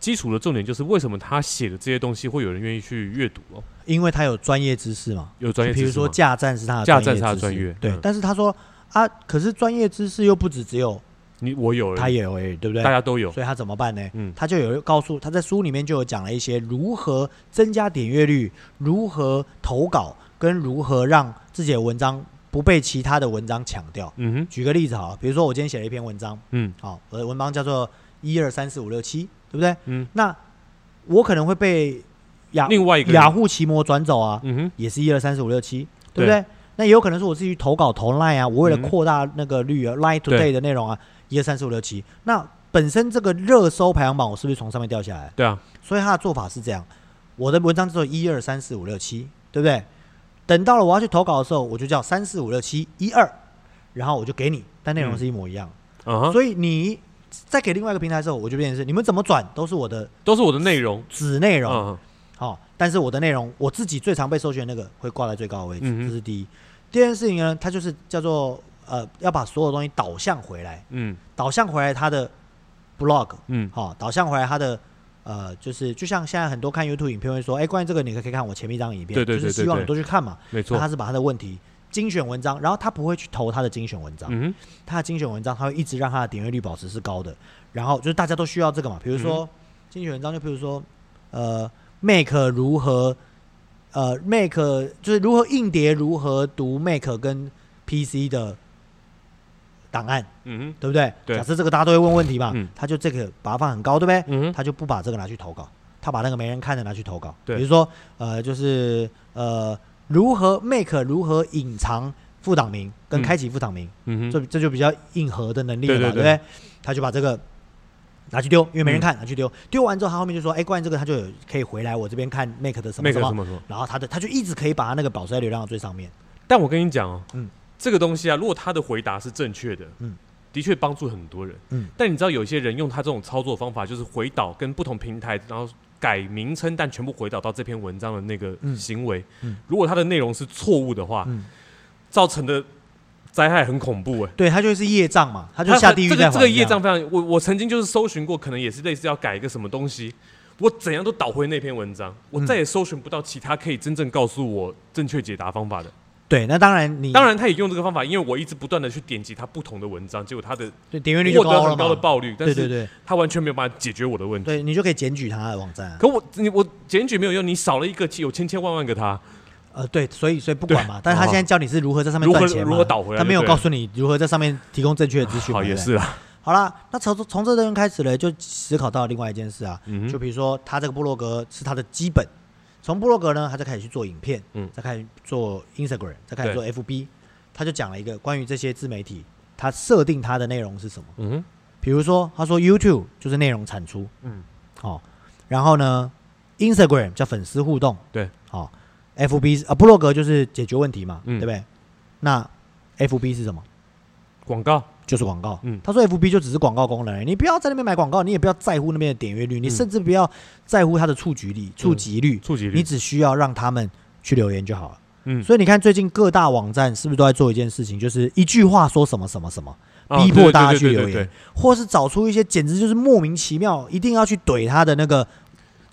Speaker 1: 基础的重点，就是为什么他写的这些东西会有人愿意去阅读哦？
Speaker 2: 因为他有专业知识嘛，
Speaker 1: 有专业
Speaker 2: 比
Speaker 1: 知
Speaker 2: 如
Speaker 1: 识
Speaker 2: 说
Speaker 1: 吗，
Speaker 2: 架站是他的
Speaker 1: 架
Speaker 2: 专业
Speaker 1: 站是他的
Speaker 2: 知
Speaker 1: 专
Speaker 2: 识
Speaker 1: 业
Speaker 2: 对
Speaker 1: 嗯。
Speaker 2: 但是他说啊，可是专业知识又不止只有
Speaker 1: 你我有了，
Speaker 2: 他也有而已，对不对
Speaker 1: 大？家都有，
Speaker 2: 所以他怎么办呢？
Speaker 1: 嗯
Speaker 2: 他就有告诉他在书里面就有讲了一些如何增加点阅率，如何投稿，跟如何让自己的文章不被其他的文章抢掉。
Speaker 1: 嗯哼，
Speaker 2: 举个例子好了，比如说我今天写了一篇文章，
Speaker 1: 嗯
Speaker 2: 好，我的文章叫做一二三四五六七，对不对？
Speaker 1: 嗯，
Speaker 2: 那我可能会被雅
Speaker 1: 另外一个人
Speaker 2: 雅虎奇摩转走啊，
Speaker 1: 嗯哼，
Speaker 2: 也是一二三四五六七，对
Speaker 1: 对
Speaker 2: 不对？那也有可能是我自己去投稿投 Line 啊，我为了
Speaker 1: 嗯
Speaker 2: 扩大那个率啊、l i n e
Speaker 1: 对
Speaker 2: Today 的内容啊，一二三四五六七，那本身这个热搜排行榜我是不是从上面掉下来？
Speaker 1: 对啊，所
Speaker 2: 所以他的做法是这样：我的文章只有一二三四五六七，对不对？等到了我要去投稿的时候，我就叫三四五六七一二，然后我就给你，但内容是一模一样。
Speaker 1: 嗯哼，
Speaker 2: 所以你再给另外一个平台的时候，我就变成是你们怎么转都是我的
Speaker 1: 都是我的内容，
Speaker 2: 子内容，
Speaker 1: 嗯，
Speaker 2: 好、但是我的内容我自己最常被搜寻的那个会挂在最高的位置，
Speaker 1: 嗯哼
Speaker 2: 这是第一。第二件事情呢，它就是叫做呃，要把所有东西导向回来，
Speaker 1: 嗯
Speaker 2: 导向回来它的 blog，
Speaker 1: 嗯
Speaker 2: 好、导向回来它的呃，就是就像现在很多看 YouTube 影片会说，哎，关于这个你可以看我前面一张影片，
Speaker 1: 对对对
Speaker 2: 就是
Speaker 1: 对
Speaker 2: 希望
Speaker 1: 对
Speaker 2: 你多去看嘛。
Speaker 1: 没
Speaker 2: 那
Speaker 1: 错，
Speaker 2: 他是把他的问题精选文章，然后他不会去投他的精选文章，
Speaker 1: 嗯哼，
Speaker 2: 他的精选文章，他会一直让他的点阅率保持是高的。然后就是大家都需要这个嘛，比如
Speaker 1: 嗯
Speaker 2: 说、精选文章，就比如说呃，Make 如何呃 Make 就是如何硬碟如何读 Make 跟 PC 的档案，
Speaker 1: 嗯
Speaker 2: 对不对？
Speaker 1: 对
Speaker 2: 假设这个大家都会问问题嘛，
Speaker 1: 嗯
Speaker 2: 他就这个把它放很高，对不对
Speaker 1: 哼，？嗯哼，
Speaker 2: 他就不把这个拿去投稿，他把那个没人看的拿去投稿。
Speaker 1: 对
Speaker 2: 比如说呃，就是呃，如何 Make 如何隐藏副档名跟
Speaker 1: 嗯
Speaker 2: 开启副档名。
Speaker 1: 嗯
Speaker 2: 这
Speaker 1: 哼，
Speaker 2: 这就比较硬核的能力了嘛，
Speaker 1: 对嗯对对
Speaker 2: 对不对？他就把这个拿去丢，因为没人看，拿去丢。丢完之后，他后面就说：“哎，关于这个，他就有可以回来我这边看 Make 的什么
Speaker 1: 那
Speaker 2: 什
Speaker 1: 个
Speaker 2: 么。
Speaker 1: 什么什么，
Speaker 2: 然后他的他就一直可以把他那个保持在流量的最上面。
Speaker 1: 但我跟你讲哦，
Speaker 2: 嗯
Speaker 1: 这个东西啊，如果他的回答是正确的，
Speaker 2: 嗯
Speaker 1: 的确帮助很多人，
Speaker 2: 嗯
Speaker 1: 但你知道有些人用他这种操作方法，就是回导跟不同平台，然后改名称，但全部回导到这篇文章的那个
Speaker 2: 嗯
Speaker 1: 行为，
Speaker 2: 嗯
Speaker 1: 如果他的内容是错误的话，
Speaker 2: 嗯
Speaker 1: 造成的灾害很恐怖哎、
Speaker 2: 对他就是业障嘛，他
Speaker 1: 他
Speaker 2: 就下地狱
Speaker 1: 这
Speaker 2: 在
Speaker 1: 个哦
Speaker 2: 还
Speaker 1: 这个业障非常，我我曾经就是搜寻过，可能也是类似要改一个什么东西，我怎样都倒回那篇文章，我
Speaker 2: 嗯
Speaker 1: 再也搜寻不到其他可以真正告诉我正确解答方法的。
Speaker 2: 对，那当然你
Speaker 1: 当然，他也用这个方法，因为我一直不断的去点击他不同的文章，结果他的
Speaker 2: 对点阅率就
Speaker 1: 获得
Speaker 2: 高
Speaker 1: 很
Speaker 2: 了
Speaker 1: 高的
Speaker 2: 嘛。
Speaker 1: 爆率，但
Speaker 2: 对对
Speaker 1: 是
Speaker 2: 对
Speaker 1: 他完全没有办法解决我的问题。
Speaker 2: 对，你就可以检举他的网站啊。
Speaker 1: 可我你我检举没有用，你少了一个有千千万万个他，
Speaker 2: 呃，对，所以所以不管嘛，但是他现在教你是如何在上面
Speaker 1: 哦如何
Speaker 2: 赚钱嘛，
Speaker 1: 如何倒回来
Speaker 2: 他没有
Speaker 1: 就对了
Speaker 2: 告诉你如何在上面提供正确的资讯嘛。
Speaker 1: 好也
Speaker 2: 对不对
Speaker 1: 是啦，
Speaker 2: 好啦，那从从这边开始呢，就思考到另外一件事啊，
Speaker 1: 嗯哼
Speaker 2: 就比如说他这个部落格是他的基本，从部落格呢，他就开始去做影片，
Speaker 1: 嗯
Speaker 2: 再开始做 Instagram，再开始做 FB，他就讲了一个关于这些自媒体，他设定他的内容是什么，
Speaker 1: 嗯哼
Speaker 2: 比如说他说 YouTube 就是内容产出，
Speaker 1: 嗯，
Speaker 2: 好、然后呢 Instagram 叫粉丝互动，
Speaker 1: 对，
Speaker 2: 好、f b 啊部落格就是解决问题嘛，
Speaker 1: 嗯
Speaker 2: 对不对？那 FB 是什么？
Speaker 1: 广告，
Speaker 2: 就是广告。
Speaker 1: 嗯
Speaker 2: 他说 FB 就只是广告功能而已，你不要在那边买广告，你也不要在乎那边的点阅率，你
Speaker 1: 嗯
Speaker 2: 甚至不要在乎它的触及率、触及率，
Speaker 1: 触及
Speaker 2: 你
Speaker 1: 率，
Speaker 2: 只需要让他们去留言就好了。
Speaker 1: 嗯，
Speaker 2: 所以你看，最近各大网站是不是都在做一件事情，就是一句话说什么什么什么，
Speaker 1: 啊
Speaker 2: 逼
Speaker 1: 对
Speaker 2: 迫
Speaker 1: 对
Speaker 2: 大家
Speaker 1: 对
Speaker 2: 去
Speaker 1: 对
Speaker 2: 留
Speaker 1: 对
Speaker 2: 言
Speaker 1: 对，
Speaker 2: 或是找出一些简直就是莫名其妙，一定要去怼他的那个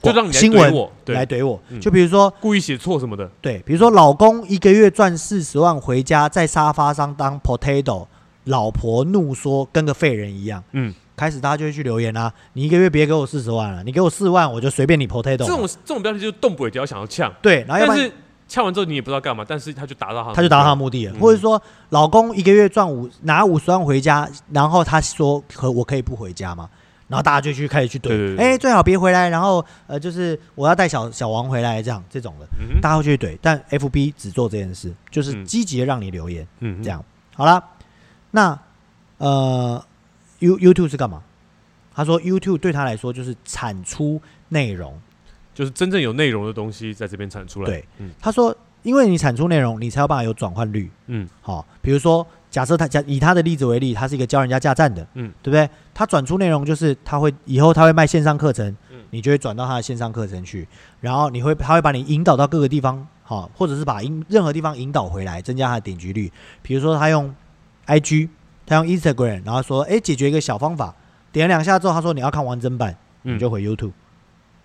Speaker 1: 就让你来
Speaker 2: 新
Speaker 1: 怼
Speaker 2: 闻
Speaker 1: 我，
Speaker 2: 来
Speaker 1: 对，
Speaker 2: 怼我
Speaker 1: 嗯。
Speaker 2: 就比如说，
Speaker 1: 故意写错什么的，
Speaker 2: 对，比如说老公一个月赚四十万回家，在沙发上当 potato，老婆怒说跟个废人一样。
Speaker 1: 嗯，
Speaker 2: 开始大家就会去留言啦、你一个月别给我四十万了，啊你给我四万我就随便你 potato
Speaker 1: 这种
Speaker 2: 嘛。
Speaker 1: 这种标题就是动不了就要想要呛，
Speaker 2: 对，啊然后要不
Speaker 1: 但
Speaker 2: 然
Speaker 1: 是呛完之后你也不知道干嘛，但是他就达到他的目标，
Speaker 2: 他就达到他的目的了，
Speaker 1: 嗯
Speaker 2: 或者说老公一个月赚五拿五十万回家，然后他说可我可以不回家吗？然后大家就去开始去
Speaker 1: 对对
Speaker 2: 怼，
Speaker 1: 对
Speaker 2: 哎，最好别回来，然后呃就是我要带小小王回来这样这种的，
Speaker 1: 嗯哼
Speaker 2: 大家会去怼，但 FB 只做这件事，就是
Speaker 1: 嗯
Speaker 2: 积极的让你留言。
Speaker 1: 嗯哼
Speaker 2: 这样好啦，那呃，You YouTube 是干嘛？他说 YouTube 对他来说就是产出内容。
Speaker 1: 就是真正有内容的东西在这边产出来，
Speaker 2: 对，
Speaker 1: 嗯
Speaker 2: 他说，因为你产出内容，你才有办法有转换率。
Speaker 1: 嗯，
Speaker 2: 好、比如说，假设他假以他的例子为例，他是一个教人家架站的，
Speaker 1: 嗯，
Speaker 2: 对不对？他转出内容就是他会以后他会卖线上课程，
Speaker 1: 嗯
Speaker 2: 你就会转到他的线上课程去，然后你会他会把你引导到各个地方，好、或者是把引任何地方引导回来，增加他的点击率。比如说他用 IG，他用 Instagram，然后说，哎，解决一个小方法，点了两下之后，他说你要看完整版，
Speaker 1: 嗯
Speaker 2: 你就回 YouTube。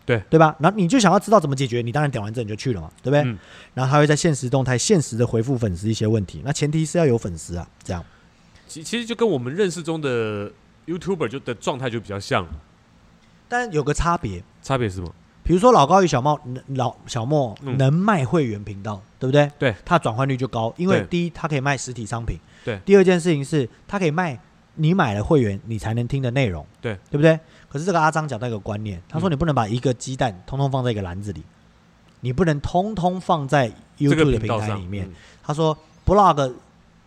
Speaker 1: 对
Speaker 2: 对吧？然后你就想要知道怎么解决，你当然点完之后你就去了嘛，对不对？
Speaker 1: 嗯
Speaker 2: 然后他会在现实动态限时的回复粉丝一些问题，那前提是要有粉丝啊，这样。
Speaker 1: 其其实就跟我们认识中的 YouTuber 就的状态就比较像，
Speaker 2: 但有个差别，
Speaker 1: 差别是什么？
Speaker 2: 比如说老高与小茂，老小莫
Speaker 1: 嗯
Speaker 2: 能卖会员频道，对不对？
Speaker 1: 对，
Speaker 2: 他转换率就高，因为
Speaker 1: 对
Speaker 2: 第一，他可以卖实体商品；
Speaker 1: 对
Speaker 2: 第二件事情是，他可以卖你买了会员你才能听的内容，
Speaker 1: 对，
Speaker 2: 对不对？可是这个阿张讲到一个观念，他说
Speaker 1: 嗯
Speaker 2: 你不能把一个鸡蛋通通放在一个篮子里，你不能通通放在
Speaker 1: 这个
Speaker 2: YouTube 的
Speaker 1: 频
Speaker 2: 平
Speaker 1: 道
Speaker 2: 台
Speaker 1: 上
Speaker 2: 里面。
Speaker 1: 嗯
Speaker 2: 他说 blog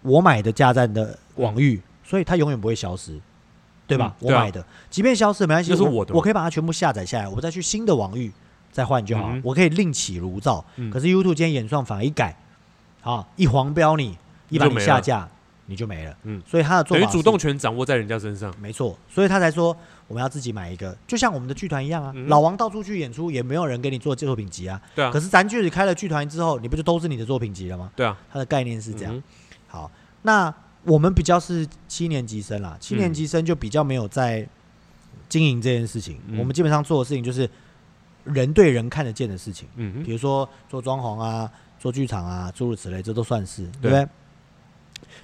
Speaker 2: 我买的架站的网域，所以它永远不会消失，对吧？
Speaker 1: 嗯
Speaker 2: 我
Speaker 1: 对啊
Speaker 2: 买的，即便消失没关系，
Speaker 1: 那是
Speaker 2: 我
Speaker 1: 我的嘛
Speaker 2: 我可以把它全部下载下来，我再去新的网域再换就好
Speaker 1: 嗯
Speaker 2: 了
Speaker 1: 哼
Speaker 2: 我可以另起炉灶。
Speaker 1: 嗯
Speaker 2: 可是 YouTube 今天演算法一改，啊，一黄标你，一把
Speaker 1: 你就
Speaker 2: 你
Speaker 1: 没了
Speaker 2: 下架，你就没了。
Speaker 1: 嗯
Speaker 2: 所以他的做
Speaker 1: 等于
Speaker 2: 法
Speaker 1: 主
Speaker 2: 是
Speaker 1: 动权掌握在人家身上。
Speaker 2: 没错，所以他才说我们要自己买一个，就像我们的剧团一样啊。
Speaker 1: 嗯
Speaker 2: 老王到处去演出，也没有人给你做作品集啊。
Speaker 1: 对啊
Speaker 2: 可，是咱剧里开了剧团之后，你不就都是你的作品集了吗？
Speaker 1: 对啊，
Speaker 2: 它的概念是这样。
Speaker 1: 嗯
Speaker 2: 好，那我们比较是七年级生啦，七
Speaker 1: 嗯
Speaker 2: 年级生就比较没有在经营这件事情。
Speaker 1: 嗯
Speaker 2: 我们基本上做的事情就是人对人看得见的事情，
Speaker 1: 嗯哼
Speaker 2: 比如说做装潢啊、做剧场啊，诸如此类，这都算是对不
Speaker 1: 对
Speaker 2: 对？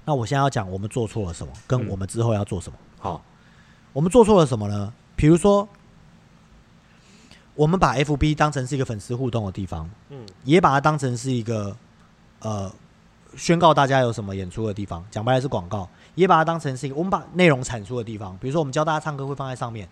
Speaker 2: 那我现在要讲我们做错了什么，跟
Speaker 1: 嗯
Speaker 2: 我们之后要做什么。
Speaker 1: 好，
Speaker 2: 我们做错了什么呢？比如说，我们把 FB 当成是一个粉丝互动的地方，
Speaker 1: 嗯
Speaker 2: 也把它当成是一个呃宣告大家有什么演出的地方，讲白了是广告，也把它当成是一个我们把内容产出的地方。比如说，我们教大家唱歌会放在上面，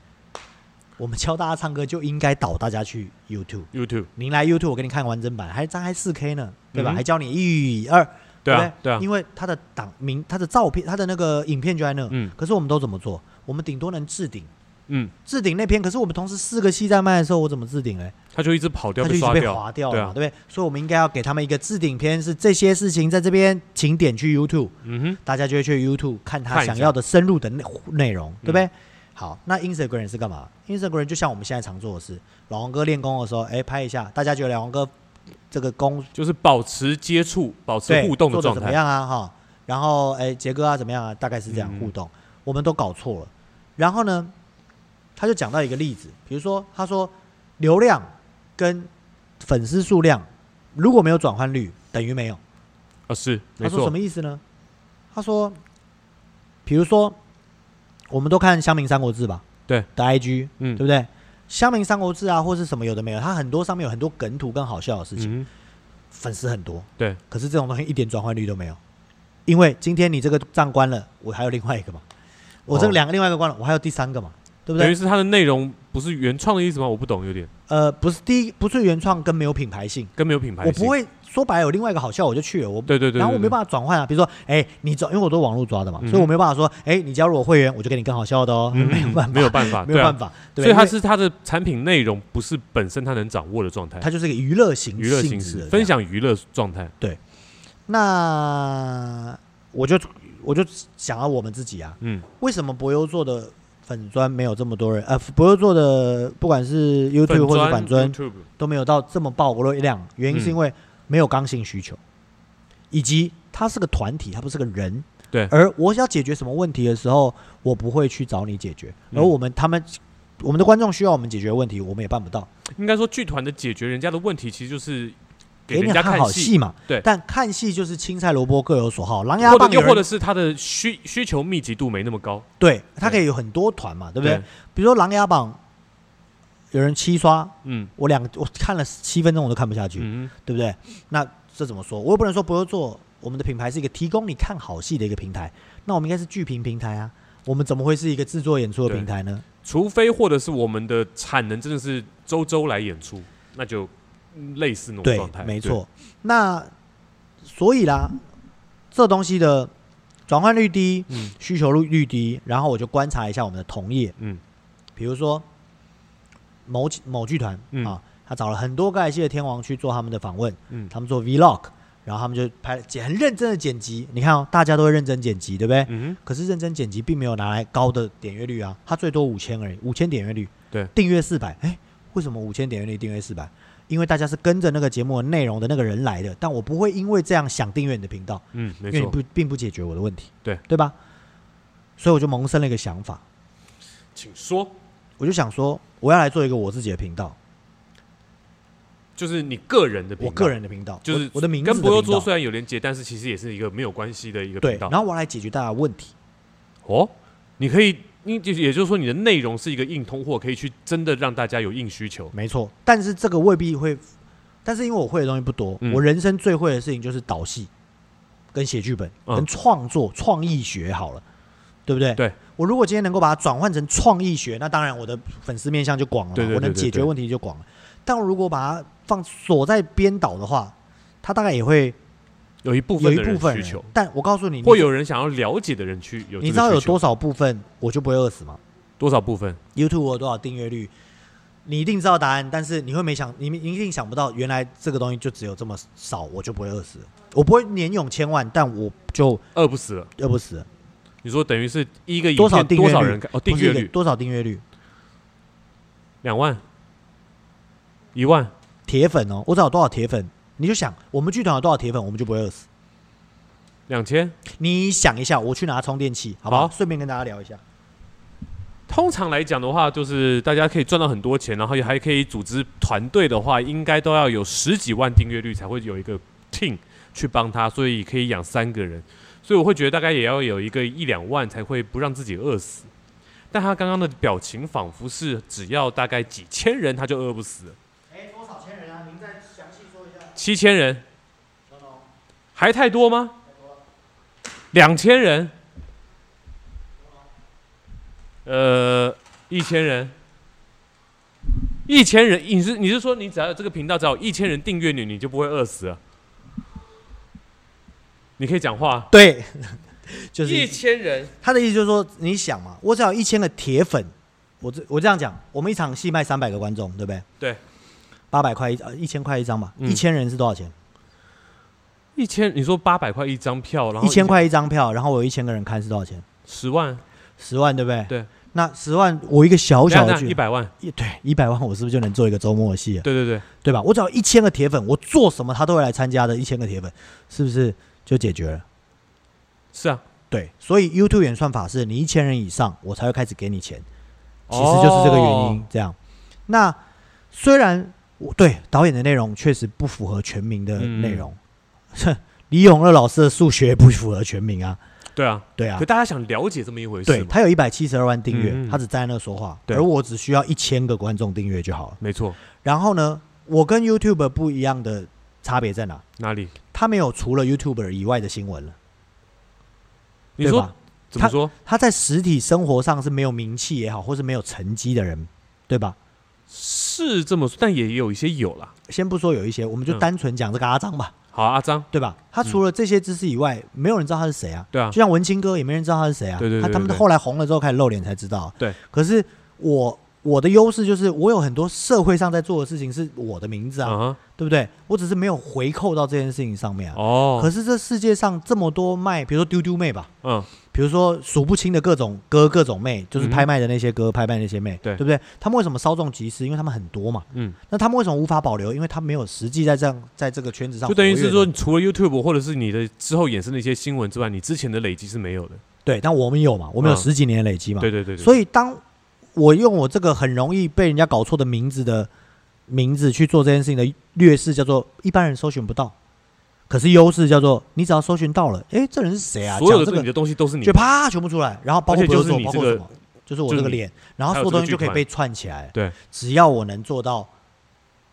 Speaker 2: 我们教大家唱歌就应该导大家去 YouTube。
Speaker 1: ，YouTube，
Speaker 2: 您来 YouTube，我给你看完整版，还张还四 K 呢，对吧？
Speaker 1: 嗯
Speaker 2: 还教你一二，
Speaker 1: 对
Speaker 2: 不
Speaker 1: 啊，对啊，
Speaker 2: 因为它的档名、它的照片、它的那个影片就在那。
Speaker 1: 嗯
Speaker 2: 可是我们都怎么做？我们顶多能置顶，
Speaker 1: 嗯，
Speaker 2: 置顶那篇，可是我们同时四个戏在卖的时候，我怎么置顶嘞？
Speaker 1: 他就一直跑掉，
Speaker 2: 它就一直
Speaker 1: 刷
Speaker 2: 被
Speaker 1: 掉，
Speaker 2: 划掉
Speaker 1: 对
Speaker 2: 了嘛，
Speaker 1: 啊，
Speaker 2: 对不对？所以我们应该要给他们一个置顶篇，是这些事情在这边，请点去 YouTube，
Speaker 1: 嗯哼，
Speaker 2: 大家就会去 YouTube 看他
Speaker 1: 看一下嗯
Speaker 2: 想要的深入的内内容，对不对？好，那 Instagram 是干嘛？Instagram 就像我们现在常做的事，老王哥练功的时候，哎，拍一下，大家觉得老王哥这个功
Speaker 1: 就是保持接触，保持
Speaker 2: 对
Speaker 1: 互动
Speaker 2: 做
Speaker 1: 的
Speaker 2: 的
Speaker 1: 状
Speaker 2: 怎么
Speaker 1: 态。
Speaker 2: 样啊？哈，然后哎，杰哥啊怎么样啊？大概是这样
Speaker 1: 嗯
Speaker 2: 互动，我们都搞错了。然后呢，他就讲到一个例子，比如说他说流量跟粉丝数量如果没有转换率，等于没有。
Speaker 1: 啊，是，没
Speaker 2: 他说什
Speaker 1: 错
Speaker 2: 么，意思呢？他说，比如说我们都看《乡民三国志》吧，
Speaker 1: 对
Speaker 2: 的 IG，对
Speaker 1: 嗯
Speaker 2: 不对？《乡民三国志》啊，或是什么有的没有，它很多上面有很多梗图跟好笑的事情。
Speaker 1: 嗯哼，
Speaker 2: 粉丝很多，
Speaker 1: 对，
Speaker 2: 可是这种东西一点转换率都没有，因为今天你这个账关了，我还有另外一个嘛，我这个
Speaker 1: 哦
Speaker 2: 两个另外一个关了，我还有第三个嘛，对不
Speaker 1: 等于
Speaker 2: 对？
Speaker 1: 是它的内容不是原创的意思吗？我不懂，有点
Speaker 2: 呃，不是第一，不是原创跟没有品牌性，
Speaker 1: 跟没有品牌
Speaker 2: 我
Speaker 1: 性。
Speaker 2: 不会说白了有另外一个好笑我就去了，我
Speaker 1: 对，对对对对，
Speaker 2: 然后我没
Speaker 1: 法，
Speaker 2: 办法转换啊，比如说，哎，你转，因为我都网络抓的嘛，
Speaker 1: 嗯哼
Speaker 2: 所以我没办法说，哎，你加入我会员，我就给你更好笑的哦，
Speaker 1: 嗯
Speaker 2: (laughs) 没有办法，
Speaker 1: 没有办法，
Speaker 2: 没有办
Speaker 1: 法。
Speaker 2: 法，对啊
Speaker 1: 所以它
Speaker 2: 因为
Speaker 1: 是它的产品内容不是本身它能掌握的状态，
Speaker 2: 它就是一个娱乐型
Speaker 1: 娱乐
Speaker 2: 性
Speaker 1: 形
Speaker 2: 质的
Speaker 1: 式
Speaker 2: 这
Speaker 1: 分
Speaker 2: 样。
Speaker 1: 享娱乐状态。
Speaker 2: 那我就我就想要我们自己啊，
Speaker 1: 嗯，
Speaker 2: 为什么博优做的粉砖没有这么多人？呃，博优做的不管是 YouTube 或者
Speaker 1: 专
Speaker 2: 板砖
Speaker 1: YouTube
Speaker 2: 都没有到这么爆热量，原因是因为没有刚性需求，
Speaker 1: 嗯
Speaker 2: 以及它是个团体，它不是个人。
Speaker 1: 对
Speaker 2: 而我要解决什么问题的时候，我不会去找你解决，
Speaker 1: 嗯
Speaker 2: 而我们他们我们的观众需要我们解决问题，我们也办不到。
Speaker 1: 应该说剧团的解决人家的问题，其实就是给
Speaker 2: 你
Speaker 1: 人家
Speaker 2: 看好
Speaker 1: 戏，
Speaker 2: 戏嘛，
Speaker 1: 对
Speaker 2: 但看戏就是青菜萝卜各有所好，《琅琊
Speaker 1: 或
Speaker 2: 榜
Speaker 1: 者》又
Speaker 2: 有
Speaker 1: 或者
Speaker 2: 人
Speaker 1: 是它的需需求密集度没那么高，
Speaker 2: 对，它可
Speaker 1: 对
Speaker 2: 以有很多团嘛，对不对？？比如说《琅琊榜》，有人七刷，
Speaker 1: 嗯
Speaker 2: 我两个我看了七分钟我都看不下去，
Speaker 1: 嗯
Speaker 2: 对不对？那这怎么说？我又不能说不用做。我们的品牌是一个提供你看好戏的一个平台，那我们应该是剧评平台啊。我们怎么会是一个制作演出的
Speaker 1: 对
Speaker 2: 平台呢？
Speaker 1: 哼，除非或者是我们的产能真的是周周来演出，那就嗯类似那种
Speaker 2: 对
Speaker 1: 状态，，
Speaker 2: 没错。那所以啦，这东西的转换率低，
Speaker 1: 对，嗯
Speaker 2: 需求率率低，然后我就观察一下我们的同业，
Speaker 1: 嗯
Speaker 2: 比如说某某剧团、
Speaker 1: 嗯
Speaker 2: 啊，他找了很多盖谢的天王去做他们的访问，
Speaker 1: 嗯，
Speaker 2: 他们做 vlog，然后他们就拍剪很认真的剪辑。你看哦，大家都会认真剪辑，对不对？
Speaker 1: 嗯哼，
Speaker 2: 可是认真剪辑并没有拿来高的点阅率啊，它最多五千而已，五千点阅率。
Speaker 1: 对
Speaker 2: 订阅四百，哎，为什么五千点阅率订阅四百？因为大家是跟着那个节目的内容的那个人来的，但我不会因为这样想订阅你的频道，
Speaker 1: 嗯，没
Speaker 2: 因为你
Speaker 1: 错。
Speaker 2: 不并不解决我的问题，
Speaker 1: 对
Speaker 2: 对吧？所以我就萌生了一个想法，
Speaker 1: 请说，
Speaker 2: 我就想说，我要来做一个我自己的频道，
Speaker 1: 就是你个人的频道，
Speaker 2: 我个人的频道，
Speaker 1: 就是
Speaker 2: 我我的名字的
Speaker 1: 跟博友
Speaker 2: 频道
Speaker 1: 桌虽然有连接，但是其实也是一个没有关系的一个
Speaker 2: 对，
Speaker 1: 频道
Speaker 2: 然。后我来解决大家的问题，
Speaker 1: 哦，你可以，你就也就是说你的内容是一个硬通货，可以去真的让大家有硬需求。
Speaker 2: 没错，但是这个未必会，但是因为我会的东西不多，
Speaker 1: 嗯
Speaker 2: 我人生最会的事情就是导戏、跟写剧本、
Speaker 1: 嗯
Speaker 2: 跟创作、创意学好了，对不对？
Speaker 1: 对，
Speaker 2: 我如果今天能够把它转换成创意学，那当然我的粉丝面向就广了嘛，
Speaker 1: 对对对
Speaker 2: 我能
Speaker 1: 对
Speaker 2: 解决
Speaker 1: 对
Speaker 2: 问题就广了。但如果把它放锁在编导的话，它大概也会
Speaker 1: 有一部
Speaker 2: 有
Speaker 1: 分
Speaker 2: 一
Speaker 1: 的
Speaker 2: 部
Speaker 1: 人
Speaker 2: 分
Speaker 1: 需
Speaker 2: 人
Speaker 1: 求，
Speaker 2: 但我告诉你，
Speaker 1: 会有人想要了解的人去有这个需求，
Speaker 2: 你知道有多少部分我就不会饿死吗
Speaker 1: 多少部分？
Speaker 2: ？YouTube 我有多少订阅率？你一定知道答案，但是你会没想，你一定想不到，原来这个东西就只有这么少，我就不会饿死。我不会年涌千万，但我就
Speaker 1: 饿不死了。
Speaker 2: 饿不死。
Speaker 1: 你说等于是一个影
Speaker 2: 多少
Speaker 1: 片
Speaker 2: 订阅
Speaker 1: 多少
Speaker 2: 率
Speaker 1: 人看？哦，订阅
Speaker 2: 不是一
Speaker 1: 率
Speaker 2: 个多少订阅率？
Speaker 1: 两万、一万，
Speaker 2: 铁粉哦，我知道有多少铁粉，你就想我们剧团有多少铁粉，我们就不会饿死。
Speaker 1: 两千。
Speaker 2: 你想一下，我去拿充电器，好不好？
Speaker 1: 好
Speaker 2: 顺便跟大家聊一下。
Speaker 1: 通常来讲的话，就是大家可以赚到很多钱，然后也还可以组织团队的话，应该都要有十几万订阅率才会有一个 team 去帮他，所以可以养三个人。所以我会觉得大概也要有一个一两万才会不让自己饿死。但他刚刚的表情仿佛是只要大概几千人他就饿不死了，
Speaker 2: 哎，多少千人啊？您再详细说一下。
Speaker 1: 七千人还太多吗？两千人，呃，一千人，一千人，你是你是说你只要有这个频道只要有一千人订阅你，你就不会饿死了？你可以讲话，啊
Speaker 2: 对， (laughs) 就是
Speaker 1: 一千人，
Speaker 2: 他的意思就是说，你想嘛，我只要一千个铁粉，我这我这样讲，我们一场戏卖三百个观众，对不对？
Speaker 1: 对，
Speaker 2: 八百块一呃一千块一张吧，
Speaker 1: 嗯
Speaker 2: 一千人是多少钱？
Speaker 1: 一千，你说八百块一张票，然后
Speaker 2: 一千块一张票，然后我有一千个人看是多少钱？
Speaker 1: 十万，
Speaker 2: 十万，对不对？
Speaker 1: 对。
Speaker 2: 那十万，我一个小小的剧
Speaker 1: 一，百万，
Speaker 2: 一对一百万，我是不是就能做一个周末的戏了？
Speaker 1: 对对对，
Speaker 2: 对吧？我只要一千个铁粉，我做什么他都会来参加的，一千个铁粉是不是就解决了？
Speaker 1: 是啊，
Speaker 2: 对，所以 YouTube 演算法是你一千人以上，我才会开始给你钱，其实就是这个原因。
Speaker 1: 哦。
Speaker 2: 这样，那虽然我对导演的内容确实不符合全民的内容，
Speaker 1: 嗯
Speaker 2: 哼， (laughs) 李永乐老师的数学也不符合全民啊，
Speaker 1: 对啊，
Speaker 2: 对啊
Speaker 1: 可，大家想了解这么一回事
Speaker 2: 对
Speaker 1: 吗？
Speaker 2: 他有一百七十二万订阅，
Speaker 1: 嗯嗯
Speaker 2: 他只站在那说话，
Speaker 1: 对
Speaker 2: 而我只需要一千个观众订阅就好了。
Speaker 1: 没错，
Speaker 2: 然后呢，我跟 YouTube 不一样的差别在哪？
Speaker 1: 哪里？
Speaker 2: 他没有除了 YouTuber 以外的新闻了，
Speaker 1: 你
Speaker 2: 对
Speaker 1: 说
Speaker 2: 吧
Speaker 1: 怎么说？
Speaker 2: 他在实体生活上是没有名气也好，或是没有成绩的人，对吧？
Speaker 1: 是这么说，但也有一些有啦。
Speaker 2: 先不说有一些，我们就
Speaker 1: 嗯
Speaker 2: 单纯讲这个阿张吧，
Speaker 1: 好，阿张，
Speaker 2: 对吧？他除了这些知识以外，没有人知道他是谁啊。
Speaker 1: 对啊
Speaker 2: 就，像文青哥，也没人知道他是谁啊。
Speaker 1: 对对对
Speaker 2: 他他
Speaker 1: 对
Speaker 2: 们
Speaker 1: 对
Speaker 2: 后来红了之后开始露脸才知道。
Speaker 1: 对。
Speaker 2: 可是我我的优势就是我有很多社会上在做的事情是我的名字啊，
Speaker 1: 嗯哼，
Speaker 2: 对不对？我只是没有回扣到这件事情上面啊。可
Speaker 1: 哦，
Speaker 2: 是这世界上这么多卖，比如说丢丢妹吧，
Speaker 1: 嗯，
Speaker 2: 比如说数不清的各种歌、各种妹，就是
Speaker 1: 嗯
Speaker 2: 拍卖的那些歌、拍卖的那些妹，
Speaker 1: 对
Speaker 2: 不对？他们为什么稍纵即逝？因为他们很多嘛。
Speaker 1: 嗯，
Speaker 2: 那他们为什么无法保留？因为他没有实际在这样在这个圈子上
Speaker 1: 就
Speaker 2: 活跃的，
Speaker 1: 等于是说，你除了 YouTube 或者是你的之后衍生的一些新闻之外，你之前的累积是没有的。
Speaker 2: 对。但我们有嘛，我们有
Speaker 1: 嗯
Speaker 2: 十几年的累积嘛。
Speaker 1: 对对对对，
Speaker 2: 所以当我用我这个很容易被人家搞错的名字的名字去做这件事情的劣势，叫做一般人搜寻不到，可是优势叫做你只要搜寻到了，诶，这人是谁啊？
Speaker 1: 所有
Speaker 2: 讲
Speaker 1: 的
Speaker 2: 这
Speaker 1: 这
Speaker 2: 个
Speaker 1: 你的东西都是你
Speaker 2: 就啪全部出来，然后包
Speaker 1: 而
Speaker 2: 括
Speaker 1: 且
Speaker 2: 不
Speaker 1: 就
Speaker 2: 用
Speaker 1: 是
Speaker 2: 做，
Speaker 1: 你
Speaker 2: 包
Speaker 1: 这
Speaker 2: 括什
Speaker 1: 个
Speaker 2: 么，就是我
Speaker 1: 就是
Speaker 2: 这个
Speaker 1: 你
Speaker 2: 脸，然后
Speaker 1: 还
Speaker 2: 所
Speaker 1: 有
Speaker 2: 有
Speaker 1: 这个
Speaker 2: 东西就
Speaker 1: 剧
Speaker 2: 可以
Speaker 1: 团
Speaker 2: 被串起来。
Speaker 1: 对，
Speaker 2: 只要我能做到